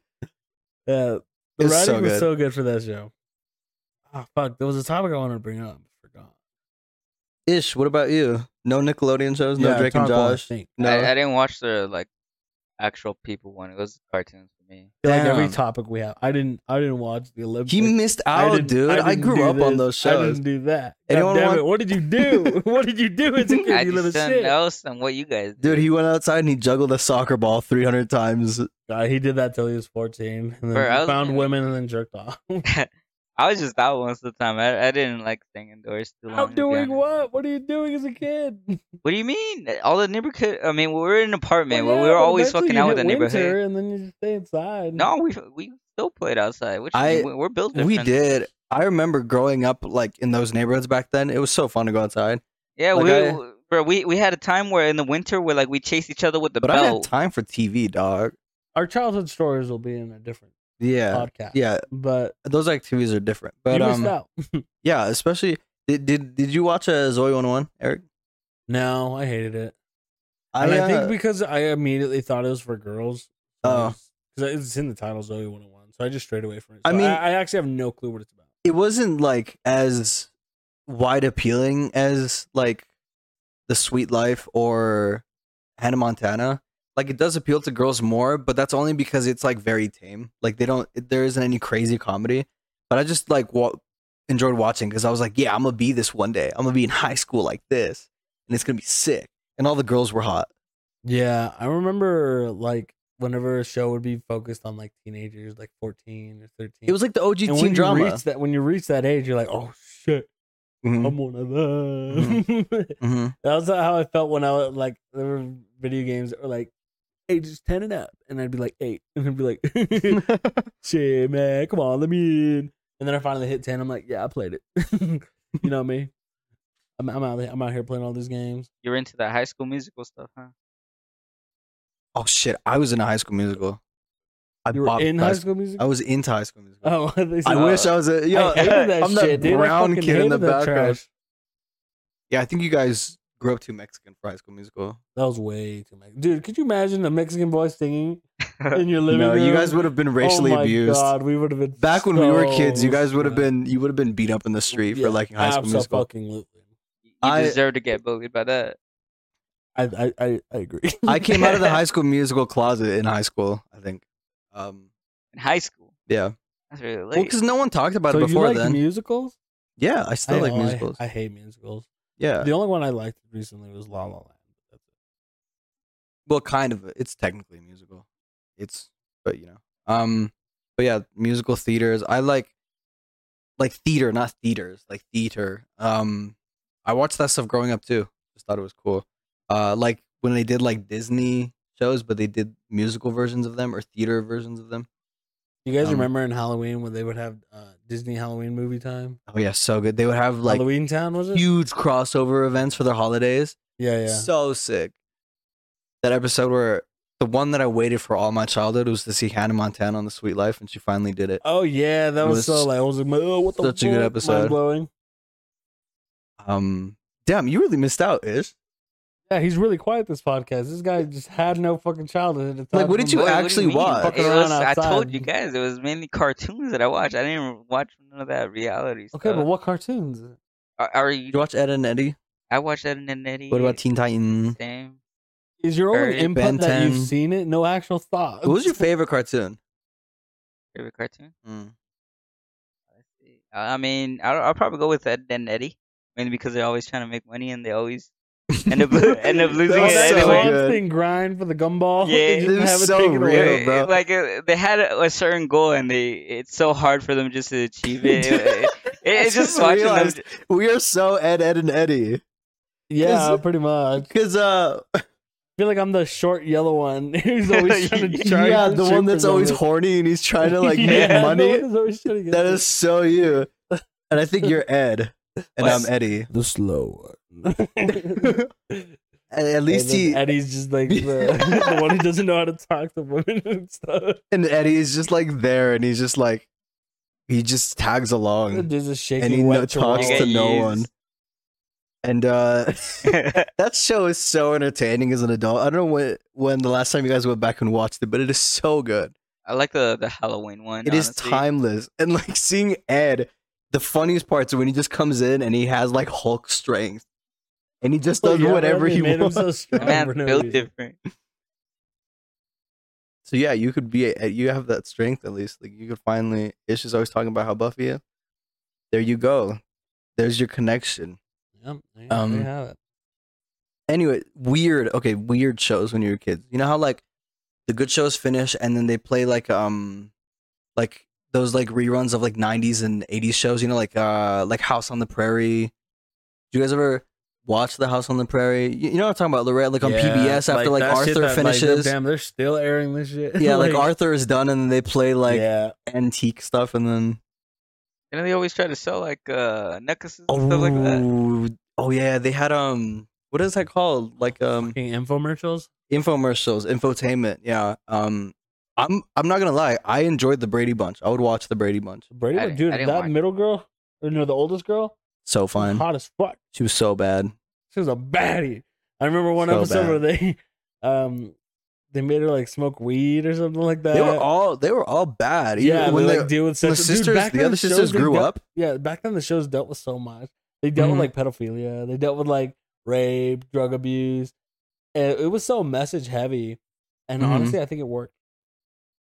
Speaker 2: Yeah,
Speaker 3: It
Speaker 2: the
Speaker 3: was
Speaker 2: writing
Speaker 3: so
Speaker 2: was
Speaker 3: good.
Speaker 2: so good for that show. Ah, fuck, there was a topic I wanted to bring up. I forgot.
Speaker 3: Ish, what about you? No Nickelodeon shows, no
Speaker 2: Yeah,
Speaker 3: Drake and
Speaker 2: Top Boy, I
Speaker 3: Josh.
Speaker 2: think.
Speaker 3: No,
Speaker 1: I, I didn't watch the like actual people one. It was cartoons for me.
Speaker 2: I feel like every
Speaker 3: Damn.
Speaker 2: topic we have, I didn't. I didn't watch the Olympics.
Speaker 3: he missed out,
Speaker 2: didn't-
Speaker 3: dude. I,
Speaker 2: didn't
Speaker 3: grew
Speaker 2: do
Speaker 3: up on
Speaker 2: this.
Speaker 3: those
Speaker 2: I
Speaker 3: shows.
Speaker 2: didn't do that.
Speaker 3: Anyone
Speaker 2: God damn
Speaker 3: want-
Speaker 2: it! What did you
Speaker 3: <laughs>
Speaker 2: do? <laughs> what did you do as a kid?
Speaker 1: I
Speaker 2: you little
Speaker 1: just don't
Speaker 2: shit.
Speaker 1: know some what you guys
Speaker 3: Dude,
Speaker 1: did.
Speaker 3: he went outside and he juggled a soccer ball 300 times.
Speaker 2: God, Uh, he did that till he was fourteen, and then
Speaker 1: Bro, I was-
Speaker 2: found women and then jerked off.
Speaker 1: I was just out most of the time. I, I didn't like staying indoors too long.
Speaker 2: I'm
Speaker 1: to be
Speaker 2: doing
Speaker 1: honest.
Speaker 2: what? What are you doing as a kid? <laughs>
Speaker 1: What do you mean? All the neighborhood. I mean, we were in an apartment.
Speaker 2: Well,
Speaker 1: where we
Speaker 2: yeah,
Speaker 1: were
Speaker 2: but
Speaker 1: always
Speaker 2: eventually
Speaker 1: fucking
Speaker 2: you
Speaker 1: out with the
Speaker 2: hit
Speaker 1: neighborhood.
Speaker 2: winter, and then you just stay inside.
Speaker 1: No, we we still played outside. Which
Speaker 3: I-
Speaker 1: we- we're built.
Speaker 3: We
Speaker 1: different.
Speaker 3: did. I remember growing up like in those neighborhoods back then. It was so fun to go outside.
Speaker 1: Yeah,
Speaker 3: Like,
Speaker 1: we
Speaker 3: I-
Speaker 1: w- bro. We we had a time where in the winter where like we chased each other with the
Speaker 3: But I had
Speaker 1: belt.
Speaker 3: time for TV, dog.
Speaker 2: Our childhood stories will be in a different
Speaker 3: Yeah.
Speaker 2: podcast.
Speaker 3: Yeah.
Speaker 2: but,
Speaker 3: Those activities are different. But
Speaker 2: Oh, you missed
Speaker 3: um
Speaker 2: out. <laughs>
Speaker 3: yeah, especially did did, did you watch uh, Zoe 101, Eric?
Speaker 2: No, I hated it. and I
Speaker 3: uh,
Speaker 2: think because I immediately thought it was for girls.
Speaker 3: Oh.
Speaker 2: because it's in the title Zoe 101, so I just strayed away from it.
Speaker 3: I
Speaker 2: So
Speaker 3: mean-
Speaker 2: I, I actually have no clue what it's about.
Speaker 3: it wasn't like as wide appealing as like the sweet life or hannah montana like it does appeal to girls more but that's only because it's like very tame like they don't there isn't any crazy comedy but i just like wa- enjoyed watching because i was like yeah i'm gonna be this one day i'm gonna be in high school like this and it's gonna be sick and all the girls were hot
Speaker 2: Yeah, I remember like whenever a show would be focused on like teenagers, like 14 or 13.
Speaker 3: it was like the og
Speaker 2: and when
Speaker 3: teen
Speaker 2: you
Speaker 3: drama
Speaker 2: reach that when you reach that age, you're like, oh shit,
Speaker 3: Mhm,
Speaker 2: I'm one of them.
Speaker 3: mhm.
Speaker 2: <laughs> That was how I felt when I was like there were video games that were like ages ten and up, and I'd be like eight, <laughs> and I'd be
Speaker 3: <laughs>
Speaker 2: like, "Shit, man, come on, let me in." And then I finally hit ten. I'm like, "Yeah, I played it." <laughs> you know me. I'm, I'm out. I'm out here playing all these games.
Speaker 1: You're into that High School Musical stuff, huh?
Speaker 3: oh shit i was in a high school musical i
Speaker 2: You were
Speaker 3: bopped
Speaker 2: in high
Speaker 3: high
Speaker 2: school music.
Speaker 3: i was into high school musical
Speaker 2: <laughs> oh, <laughs> they said,
Speaker 3: I wish I was a yo.
Speaker 2: I hated that
Speaker 3: I'm that
Speaker 2: shit, dude. I
Speaker 3: brown
Speaker 2: fucking
Speaker 3: kid in the
Speaker 2: hated that
Speaker 3: background.
Speaker 2: trash.
Speaker 3: Yeah, I think you guys grew up too Mexican for High School Musical.
Speaker 2: That was way too much, dude. Could you imagine a Mexican boy
Speaker 3: <laughs>
Speaker 2: singing in your living
Speaker 3: No,
Speaker 2: room?
Speaker 3: you guys would have been racially
Speaker 2: oh my
Speaker 3: abused.
Speaker 2: God, we would have been
Speaker 3: Back when we were kids,
Speaker 2: so
Speaker 3: you guys would have
Speaker 2: smacked.
Speaker 3: been you would have been beat up in the street
Speaker 2: Yeah,
Speaker 3: for liking High School Musical.
Speaker 2: abso-fucking-lutely.
Speaker 1: You
Speaker 3: I-
Speaker 1: deserve to get bullied by that.
Speaker 2: I, I, I, I agree.
Speaker 3: <laughs> I came
Speaker 2: <laughs>
Speaker 3: out of the High School Musical closet in high school. I think. Um,
Speaker 1: in high school.
Speaker 3: yeah,
Speaker 1: That's really
Speaker 3: well,
Speaker 1: late.
Speaker 3: because no one talked about
Speaker 2: so
Speaker 3: it before
Speaker 2: you like
Speaker 3: then.
Speaker 2: musicals?
Speaker 3: yeah, I still like
Speaker 2: oh,
Speaker 3: musicals.
Speaker 2: I, hate musicals.
Speaker 3: yeah,
Speaker 2: The only one I liked recently was La La Land. That's it.
Speaker 3: well, kind of. It's technically a musical. It's, but you know, um, but yeah, musical theaters. I like, like theater, not theaters, like theater. Um, I watched that stuff growing up too. Just thought it was cool. Uh, like when they did like Disney shows, but they did musical versions of them or theater versions of them.
Speaker 2: You guys
Speaker 3: Um,
Speaker 2: remember in Halloween when they would have uh, Disney Halloween movie time?
Speaker 3: Oh yeah, so good. They would have like
Speaker 2: Halloween Town was it?
Speaker 3: huge crossover events for their holidays.
Speaker 2: yeah, yeah.
Speaker 3: So sick. That episode where the one that I waited for all my childhood was to see Hannah Montana on The Sweet Life, and she finally did it.
Speaker 2: oh yeah, that
Speaker 3: It
Speaker 2: was,
Speaker 3: was
Speaker 2: so like I was like, oh, what the
Speaker 3: such a good
Speaker 2: fuck?
Speaker 3: episode.
Speaker 2: Mind blowing.
Speaker 3: Um, damn, you really missed out, Ish.
Speaker 2: Yeah, he's really quiet this podcast. This guy just had no fucking childhood. It's
Speaker 3: Like, what
Speaker 2: awesome.
Speaker 3: did you
Speaker 1: Boy, what do
Speaker 3: actually
Speaker 1: mean?
Speaker 3: watch?
Speaker 1: It
Speaker 2: Fucking around
Speaker 1: was- I told
Speaker 2: outside.
Speaker 1: you guys it was mainly cartoons that I watched. I didn't watch none of that reality stuff.
Speaker 3: Uh,
Speaker 2: Okay, but what cartoons?
Speaker 1: are, are
Speaker 3: Did you
Speaker 1: you?
Speaker 3: watch Ed and Eddie?
Speaker 1: I watched that in the Netty.
Speaker 3: What about Teen Titan?
Speaker 1: Same.
Speaker 2: Is your
Speaker 1: Or
Speaker 2: only input
Speaker 3: Ben
Speaker 2: that
Speaker 3: 10.
Speaker 2: you've seen it? No actual thought.
Speaker 3: What was your favorite cartoon? Mm.
Speaker 1: Favorite cartoon? Let's see. Uh, I mean, I'll, I'll probably go with Ed and Eddie, mainly because they're always trying to make money and they always end up <laughs>
Speaker 3: <laughs>
Speaker 1: end up losing it
Speaker 3: was so
Speaker 1: anyway.
Speaker 3: good.
Speaker 2: constant grind for the gumball. <laughs>
Speaker 1: Yeah.
Speaker 2: They
Speaker 1: It
Speaker 2: just
Speaker 3: was
Speaker 2: have it
Speaker 3: so
Speaker 2: taken away.
Speaker 3: real.
Speaker 1: It-
Speaker 3: bro.
Speaker 1: it- Like it, they had a, a certain goal, and they it's so hard for them just to achieve it. It, it-
Speaker 3: I
Speaker 1: it's just
Speaker 3: just
Speaker 1: watching them.
Speaker 3: realized- We are so Ed, Ed, and Eddie.
Speaker 2: Yeah, pretty much.
Speaker 3: Because <laughs> uh,
Speaker 2: I feel like I'm the short yellow one <laughs>
Speaker 3: <laughs>
Speaker 2: who's always trying to charge.
Speaker 3: yeah, the one that's
Speaker 2: troopers
Speaker 3: always
Speaker 2: over.
Speaker 3: horny and he's
Speaker 2: <laughs>
Speaker 3: trying <laughs> to like
Speaker 2: Yeah,
Speaker 3: make
Speaker 2: the
Speaker 3: money. <laughs>
Speaker 2: one that's always trying to get
Speaker 3: That
Speaker 2: it.
Speaker 3: is so you. And I think you're Ed, and I'm
Speaker 1: Wes.
Speaker 3: Eddie.
Speaker 2: the slow <laughs> one. At
Speaker 3: At, at least he
Speaker 2: Eddie's just
Speaker 3: <laughs>
Speaker 2: like the, the one who doesn't know how to talk to women and stuff.
Speaker 3: and Eddie is just like there, and he's just like he just tags along,
Speaker 2: There's a shaking
Speaker 3: and he
Speaker 2: wet
Speaker 3: no, talks
Speaker 1: You
Speaker 2: chihuahua.
Speaker 3: to
Speaker 1: get
Speaker 3: no
Speaker 1: used.
Speaker 3: one. And uh <laughs> that show is so entertaining as an adult. I don't know when when the last time you guys went back and watched it, but it is so good.
Speaker 1: <laughs> I like the the Halloween one.
Speaker 3: It is
Speaker 1: honestly.
Speaker 3: timeless, and like seeing Ed. The funniest parts are when he just comes in and he has like Hulk strength, and he just does
Speaker 2: Yeah, bro,
Speaker 3: whatever
Speaker 2: they
Speaker 3: he
Speaker 2: made
Speaker 3: wants.
Speaker 2: Him so
Speaker 1: The
Speaker 2: strong <laughs> for
Speaker 1: man's
Speaker 2: no
Speaker 1: built
Speaker 2: reason.
Speaker 1: different.
Speaker 3: So yeah, you could be a, you have that strength at least. Like you could finally. Ish is always talking about how buffy is. There you go. There's your connection.
Speaker 2: Yep, there you
Speaker 3: Um,
Speaker 2: have it.
Speaker 3: Anyway, weird. Okay, weird shows when you were kids. You know how like the good shows finish and then they play like um like those like reruns of like 90s and 80s shows. You know like uh like House on the Prairie. Do you guys ever watch the House on the Prairie? You, you know what I'm talking about, Lorette? Like on PBS after like,
Speaker 2: that shit
Speaker 3: Arthur
Speaker 2: that, like,
Speaker 3: finishes.
Speaker 2: damn, they're still airing this shit. <laughs>
Speaker 3: yeah, like, Arthur is done and then they play like
Speaker 2: yeah.
Speaker 3: antique stuff and then.
Speaker 1: You know, they always try to sell like uh necklaces and stuff like that.
Speaker 3: Oh, oh yeah, they had um, what is that called? Like um,
Speaker 2: Fucking infomercials.
Speaker 3: infomercials, infotainment. Yeah. Um, I'm I'm not gonna lie, I enjoyed the Brady Bunch. I would watch the Brady Bunch.
Speaker 2: Brady,
Speaker 1: I
Speaker 2: Bunch-
Speaker 1: didn't-
Speaker 2: dude,
Speaker 1: I didn't
Speaker 2: that
Speaker 1: watch.
Speaker 2: middle girl, or no, the oldest girl,
Speaker 3: So
Speaker 2: was
Speaker 3: fun.
Speaker 2: hot as fuck.
Speaker 3: She was so bad.
Speaker 2: She was a baddie. I remember one
Speaker 3: So
Speaker 2: episode
Speaker 3: bad.
Speaker 2: where they, um, they made her like smoke weed or something like that.
Speaker 3: They were all they were all bad. Even
Speaker 2: yeah,
Speaker 3: when
Speaker 2: they,
Speaker 3: they,
Speaker 2: like deal with
Speaker 3: when
Speaker 2: sexual.
Speaker 3: the sisters,
Speaker 2: dude, back
Speaker 3: the
Speaker 2: then
Speaker 3: other
Speaker 2: shows,
Speaker 3: sisters
Speaker 2: they
Speaker 3: grew
Speaker 2: dealt-
Speaker 3: up.
Speaker 2: Yeah, back then the shows dealt with so much. They dealt with
Speaker 3: Mhm.
Speaker 2: like pedophilia. They dealt with like rape, drug abuse. And it was so message heavy, and
Speaker 3: Mhm.
Speaker 2: honestly, I think it worked.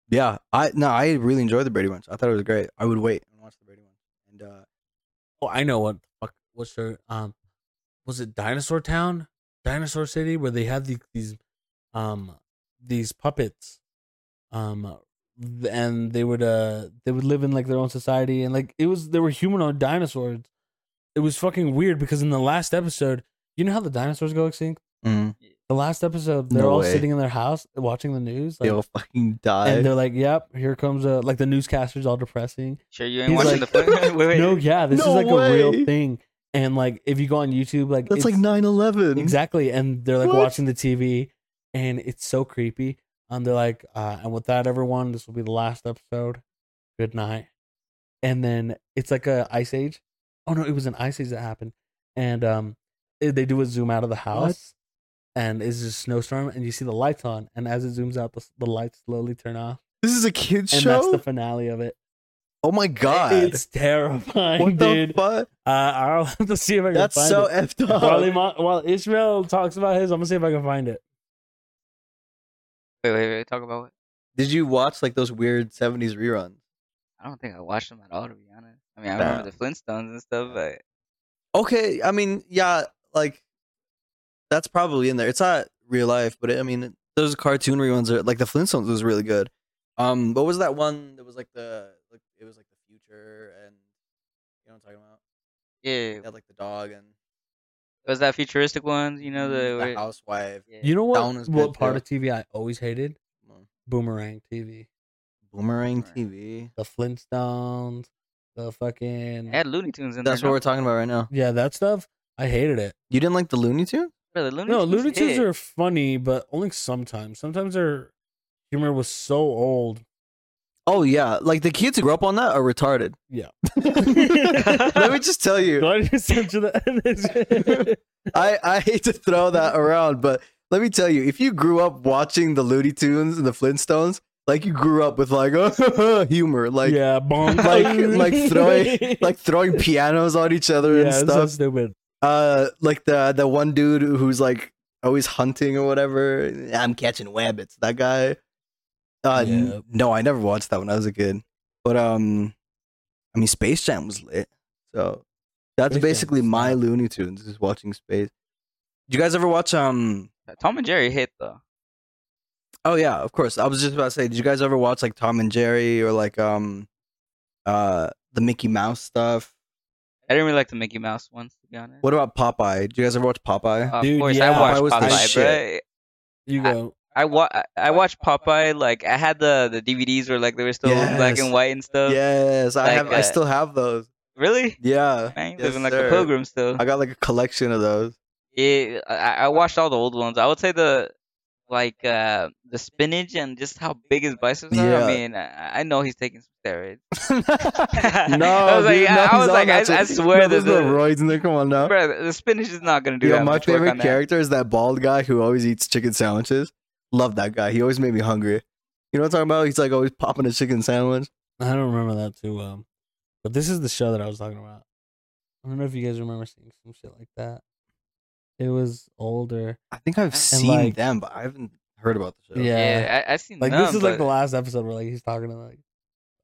Speaker 3: Yeah, I no, I really enjoyed the Brady Bunch. I thought it was great. I would wait and watch the Brady Bunch. And uh,
Speaker 2: Oh, I know what. Fuck, what's their um? Was it Dinosaur Town, Dinosaur City, where they had the, these, um, these puppets, um, th- and they would uh they would live in like their own society and like it was they were humanoid dinosaurs. It was fucking weird because in the last episode, you know how the dinosaurs go extinct.
Speaker 3: mm,
Speaker 2: The last episode, they're
Speaker 3: No
Speaker 2: all
Speaker 3: way.
Speaker 2: sitting in their house watching the news,
Speaker 3: they
Speaker 2: like,
Speaker 3: all fucking died.
Speaker 2: and they're like, "Yep, here comes uh like the newscaster's all depressing."
Speaker 1: Sure, you ain't
Speaker 2: He's
Speaker 1: watching
Speaker 2: like-
Speaker 1: the film. <laughs> wait,
Speaker 2: <laughs>
Speaker 1: wait.
Speaker 2: No, yeah, this
Speaker 3: No
Speaker 2: is like a real
Speaker 3: way.
Speaker 2: thing. And like, if you go on YouTube, like
Speaker 3: That's
Speaker 2: it's-
Speaker 3: like 9-11.
Speaker 2: exactly, and they're like
Speaker 3: What?
Speaker 2: watching the TV, and it's so creepy. And they're like, uh, and with that, everyone, this will be the last episode. Good night. And then it's like a ice age. Oh no, it was an ice age that happened, and um, it- they do a zoom out of the house, and it's just snowstorm, and you see the lights on, and as it zooms out, the, the lights slowly turn off,
Speaker 3: This is a kids
Speaker 2: and
Speaker 3: show.
Speaker 2: that's the finale of it.
Speaker 3: oh my god!
Speaker 2: It's terrifying,
Speaker 3: what
Speaker 2: dude.
Speaker 3: the fuck?
Speaker 2: Uh, I'll <laughs> have to see if I can
Speaker 3: That's
Speaker 2: find
Speaker 3: so <laughs>
Speaker 2: it.
Speaker 3: effed
Speaker 2: <laughs>
Speaker 3: up.
Speaker 2: While, Ima- while Ishmael talks about his, I'm gonna see if I can find it.
Speaker 1: wait, wait, wait. Talk about what?
Speaker 3: Did you watch like those weird '70s reruns?
Speaker 1: I don't think I watched them at all, to be honest. I mean, I
Speaker 3: Nah.
Speaker 1: remember the Flintstones and stuff, but
Speaker 3: Okay, I mean, yeah, like that's probably in there. It's not real life, but it, I mean, those cartoon reruns are like the Flintstones was really good. Um, what was that one that was like the like it was like the future and you know what I'm talking about?
Speaker 1: yeah,
Speaker 3: It had like the dog and
Speaker 1: it was that futuristic ones, you know the.
Speaker 3: the
Speaker 1: where-
Speaker 3: housewife,
Speaker 1: yeah.
Speaker 2: You know
Speaker 3: Down
Speaker 2: what?
Speaker 3: is
Speaker 2: What
Speaker 3: good,
Speaker 2: part
Speaker 3: too.
Speaker 2: of TV I always hated?
Speaker 3: Come on.
Speaker 2: Boomerang TV.
Speaker 3: boomerang
Speaker 1: Right.
Speaker 3: TV.
Speaker 2: The Flintstones. The fucking
Speaker 1: It had Looney Tunes in
Speaker 3: That's
Speaker 1: there.
Speaker 3: what
Speaker 1: no?
Speaker 3: we're talking about right now.
Speaker 2: yeah, that stuff. I hated it.
Speaker 3: You didn't like the Looney Tunes?
Speaker 1: Bro, the Looney
Speaker 2: No,
Speaker 1: Tunes
Speaker 2: Looney Tunes
Speaker 1: hit.
Speaker 2: are funny, but only sometimes. Sometimes their humor was so
Speaker 3: <laughs>
Speaker 2: old. <laughs>
Speaker 3: Oh yeah, like the kids who grew up on that are <laughs> retarded. Let me just tell you,
Speaker 2: Glad you sent you <laughs> that.
Speaker 3: I, I hate to throw that around, but let me tell you, if you grew up watching the Looney Tunes and the Flintstones, like you grew up with like <laughs> humor, like
Speaker 2: yeah, bomb. <laughs>
Speaker 3: like like throwing like throwing pianos on each other
Speaker 2: yeah,
Speaker 3: and
Speaker 2: it's so
Speaker 3: stuff.
Speaker 2: stupid.
Speaker 3: uh, like the the one dude who's like always hunting or whatever. I'm catching wabbits. That guy. Uh, n-
Speaker 2: Yep.
Speaker 3: no, I never watched that when I was a kid. But um, I mean, Space Jam was lit. So that's
Speaker 2: Space Jam
Speaker 3: basically
Speaker 2: was
Speaker 3: my
Speaker 2: lit.
Speaker 3: Looney Tunes is watching space. Did you guys ever watch um
Speaker 1: Tom and Jerry hit though.
Speaker 3: Oh yeah, of course. I was just about to say, did you guys ever watch like Tom and Jerry or like um uh the Mickey Mouse stuff?
Speaker 1: I didn't really like the Mickey Mouse ones to be honest.
Speaker 3: What about Popeye? Did you guys ever watch Popeye?
Speaker 1: Of
Speaker 2: Dude,
Speaker 1: course,
Speaker 2: yeah,
Speaker 1: I
Speaker 3: Popeye was
Speaker 1: watched
Speaker 3: the
Speaker 1: Popeye,
Speaker 3: shit.
Speaker 1: bruh.
Speaker 2: You go.
Speaker 1: I wa- I- I watched Popeye. Like I had the the DVDs where like they were still black
Speaker 3: Yes.
Speaker 1: and white and stuff.
Speaker 3: yes, I
Speaker 1: like,
Speaker 3: have I
Speaker 1: uh,
Speaker 3: still have those.
Speaker 1: Really?
Speaker 3: Yeah.
Speaker 1: I ain't
Speaker 3: Yes,
Speaker 1: living like
Speaker 3: sir.
Speaker 1: a pilgrim still.
Speaker 3: I got like a collection of
Speaker 1: <laughs>
Speaker 3: those. <laughs>
Speaker 1: Yeah, I, I watched all the old ones. I would say the like uh the spinach and just how big his biceps are.
Speaker 3: Yeah.
Speaker 1: I mean, I, I know he's taking some
Speaker 3: <laughs>
Speaker 1: steroids. <laughs>
Speaker 3: no,
Speaker 1: I was like,
Speaker 3: dude,
Speaker 1: I,
Speaker 3: no,
Speaker 1: I
Speaker 3: he's on
Speaker 1: was like, I,
Speaker 3: that
Speaker 1: I
Speaker 3: shit.
Speaker 1: swear
Speaker 3: No,
Speaker 1: that
Speaker 3: there's
Speaker 1: the,
Speaker 3: no roids in there. Come on now.
Speaker 1: bruh, the spinach is not gonna do
Speaker 3: yeah,
Speaker 1: that
Speaker 3: my
Speaker 1: much work on
Speaker 3: favorite
Speaker 1: that.
Speaker 3: character is that bald guy who always eats chicken sandwiches. Love that guy. He always made me hungry. You know what I'm talking about? He's like always popping a chicken sandwich.
Speaker 2: I don't remember that too well. But this is the show that I was talking about. I don't know if you guys remember seeing some shit like that. It was older.
Speaker 3: I think I've
Speaker 1: And,
Speaker 3: seen
Speaker 2: like- them,
Speaker 3: them, but I haven't heard about the show.
Speaker 2: Yeah.
Speaker 1: Yeah, I, I seen
Speaker 2: Like
Speaker 1: none,
Speaker 2: this is like the
Speaker 1: but
Speaker 2: last episode where like he's talking to like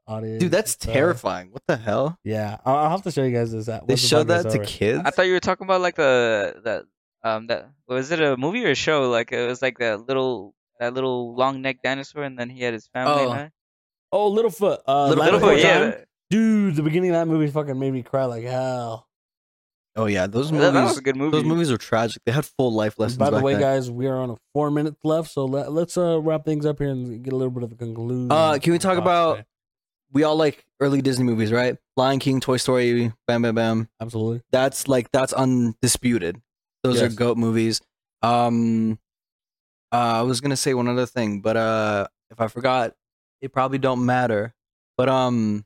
Speaker 2: audience.
Speaker 3: Dude, that's
Speaker 2: and stuff.
Speaker 3: terrifying. What the hell?
Speaker 2: Yeah, I'll, I'll have to show you guys this. At,
Speaker 3: They
Speaker 2: once the podcast
Speaker 3: showed that
Speaker 2: is
Speaker 3: to
Speaker 2: over.
Speaker 3: kids?
Speaker 1: I thought you were talking about like the the um that was it a movie or a show? Like it was like that little that little long neck dinosaur, and then he had his family.
Speaker 3: Oh.
Speaker 1: and
Speaker 2: Oh, Littlefoot. Uh,
Speaker 1: that?
Speaker 2: Land
Speaker 3: Little Littlefoot,
Speaker 1: Littlefoot,
Speaker 2: Before
Speaker 1: yeah.
Speaker 2: Time?
Speaker 1: that-
Speaker 2: Dude, the beginning of that movie fucking made me cry like hell.
Speaker 3: oh, yeah. Those
Speaker 1: That,
Speaker 3: movies,
Speaker 1: that was a good movie.
Speaker 3: those movies are tragic. They had full life lessons.
Speaker 2: By the
Speaker 3: back
Speaker 2: way,
Speaker 3: then.
Speaker 2: guys, we are on a four minutes left, so let, let's uh, wrap things up here and get a little bit of a conclusion.
Speaker 3: Uh, can we
Speaker 2: from
Speaker 3: talk
Speaker 2: Fox
Speaker 3: about-
Speaker 2: today.
Speaker 3: we all like early Disney movies, right? Lion King, Toy Story, bam, bam, bam.
Speaker 2: Absolutely.
Speaker 3: That's like, that's undisputed. Those
Speaker 2: Yes.
Speaker 3: are GOAT movies. Um, uh, I was going to say one other thing, but uh, if I forgot, it probably don't matter. But um,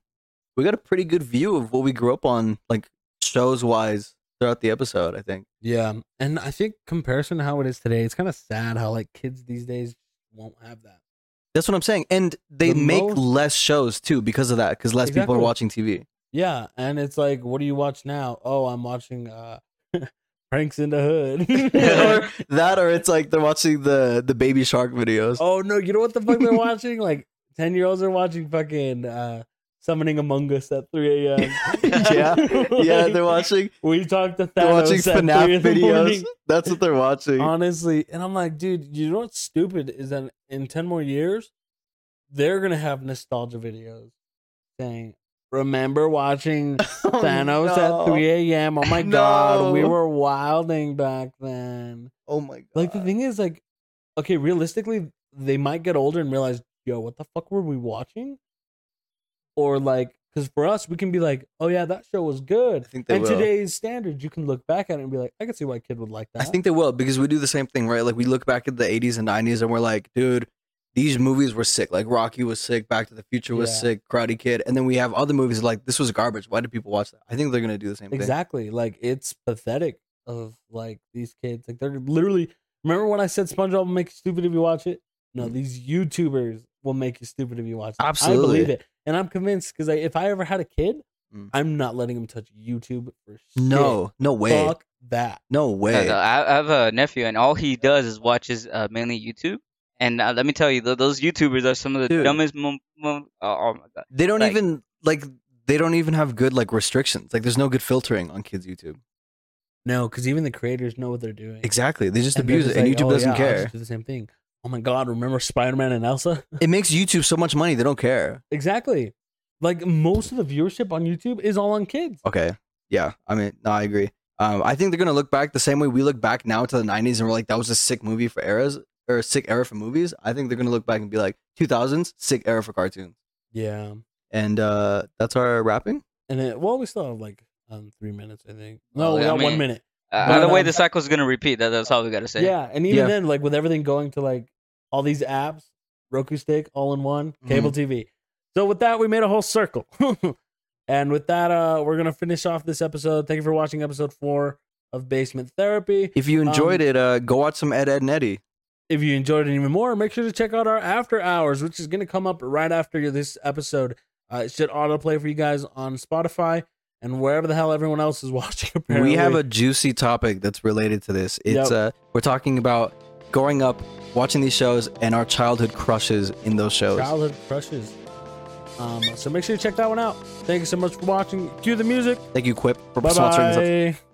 Speaker 3: we got a pretty good view of what we grew up on, like shows wise, throughout the episode, I think.
Speaker 2: Yeah, and I think comparison to how it is today, it's kind of sad how like kids these days won't have that.
Speaker 3: That's what I'm saying. And they
Speaker 2: The
Speaker 3: make
Speaker 2: most-
Speaker 3: less shows too because of that, because less people are
Speaker 2: Exactly. <laughs>
Speaker 3: watching TV.
Speaker 2: Yeah, and it's like, what do you watch now? Oh, I'm watching uh, <laughs> Pranks in the
Speaker 3: <laughs>
Speaker 2: Hood. <laughs>
Speaker 3: or that, or it's like they're watching the the baby shark videos.
Speaker 2: oh no, you know what the fuck they're watching? Like ten year olds are watching fucking uh, Summoning Among Us at three a.m.
Speaker 3: <laughs>
Speaker 2: <laughs>
Speaker 3: yeah, yeah, they're watching
Speaker 2: We talked to Thanos
Speaker 3: they're watching
Speaker 2: at three in
Speaker 3: FNAF
Speaker 2: the
Speaker 3: videos.
Speaker 2: morning.
Speaker 3: That's what they're watching.
Speaker 2: Honestly, and I'm like, dude, you know what's stupid is that in 10 more years, they're going to have nostalgia videos saying, Remember watching
Speaker 3: <laughs> <laughs> Oh,
Speaker 2: Thanos
Speaker 3: no.
Speaker 2: at 3 a.m.? Oh
Speaker 3: <laughs>
Speaker 2: my
Speaker 3: No.
Speaker 2: God, we were wilding back then.
Speaker 3: Oh my god!
Speaker 2: Like, the thing is, like, okay, realistically, they might get older and realize, yo, what the fuck were we watching? Or, like, because for us, we can be like, oh yeah, that show was good.
Speaker 3: I think they
Speaker 2: And
Speaker 3: will.
Speaker 2: today's standards, you can look back at it and be like, I could see why a kid would like that.
Speaker 3: I think they will because we do the same thing, right? Like we look back at the 80s and 90s and we're like, dude, these movies were sick. Like Rocky was sick, Back to the Future was
Speaker 2: Yeah.
Speaker 3: sick, Karate Kid, and then we have other movies like this was garbage. Why did people watch that? I think they're gonna do the same thing.
Speaker 2: Exactly. Like it's pathetic of like these kids. Like they're literally remember when I said SpongeBob will make you stupid if you watch it? No,
Speaker 3: Mm.
Speaker 2: these YouTubers will make you stupid if you watch it. I
Speaker 3: Absolutely.
Speaker 2: believe it. And I'm convinced because if I ever had a kid,
Speaker 3: Mm.
Speaker 2: I'm not letting him touch YouTube for shit.
Speaker 3: No, no way,
Speaker 2: Fuck that.
Speaker 3: no
Speaker 1: No,
Speaker 3: way.
Speaker 1: no, I I have a nephew, and all he does is watches uh, mainly YouTube. And uh, let me tell you, th- those YouTubers are some of the
Speaker 3: Dude.
Speaker 1: dumbest. Mom- mom- oh, oh my god!
Speaker 3: They don't
Speaker 1: Like-
Speaker 3: even like they don't even have good like restrictions. Like there's no good filtering on kids' YouTube.
Speaker 2: No, because even the creators know what they're doing.
Speaker 3: Exactly. They just
Speaker 2: And they're
Speaker 3: abuse
Speaker 2: just
Speaker 3: it and
Speaker 2: like,
Speaker 3: YouTube
Speaker 2: "Oh,
Speaker 3: doesn't
Speaker 2: yeah, I'll
Speaker 3: care.
Speaker 2: just do the same thing. Oh my god! Remember Spider Man and Elsa? <laughs>
Speaker 3: It makes YouTube so much money they don't care.
Speaker 2: exactly. Like most of the viewership on YouTube is all on kids.
Speaker 3: Okay. Yeah. I mean, no, I agree. Um, I think they're gonna look back the same way we look back now to the '90s, and we're like, "That was a sick movie for eras, or a sick era for movies." I think they're gonna look back and be like, "2000s, sick era for cartoons."
Speaker 2: Yeah.
Speaker 3: And uh, that's our wrapping.
Speaker 2: And then, well, we still have like um three minutes, I think. No,
Speaker 1: Well,
Speaker 2: we
Speaker 1: I
Speaker 2: got one
Speaker 1: mean-
Speaker 2: minute.
Speaker 1: Uh,
Speaker 2: But,
Speaker 1: either way,
Speaker 2: um,
Speaker 1: the cycle's gonna repeat. That, that's all we gotta say.
Speaker 2: Yeah, and even
Speaker 3: Yeah.
Speaker 2: then, like with everything going to like all these apps, Roku stick, all in one,
Speaker 1: Mm-hmm.
Speaker 2: cable TV. So with that, we made a whole circle. <laughs> and with that, uh, we're gonna finish off this episode. Thank you for watching episode four of Basement Therapy.
Speaker 3: If you enjoyed
Speaker 2: Um,
Speaker 3: it, uh, go watch some Ed, Ed, and Eddie.
Speaker 2: If you enjoyed it even more, make sure to check out our after hours, which is going to come up right after this episode. Uh, it should autoplay for you guys on Spotify. and wherever the hell everyone else is <laughs> watching. Apparently,
Speaker 3: We have a juicy topic that's related to this.
Speaker 2: Yep.
Speaker 3: It's uh we're talking about growing up, watching these shows and our childhood crushes in those shows.
Speaker 2: childhood crushes. Um, so make sure you check that one out. Thank you so much for watching. Cue the music.
Speaker 3: Thank you Quip for
Speaker 2: Bye
Speaker 3: sponsoring this.
Speaker 2: bye.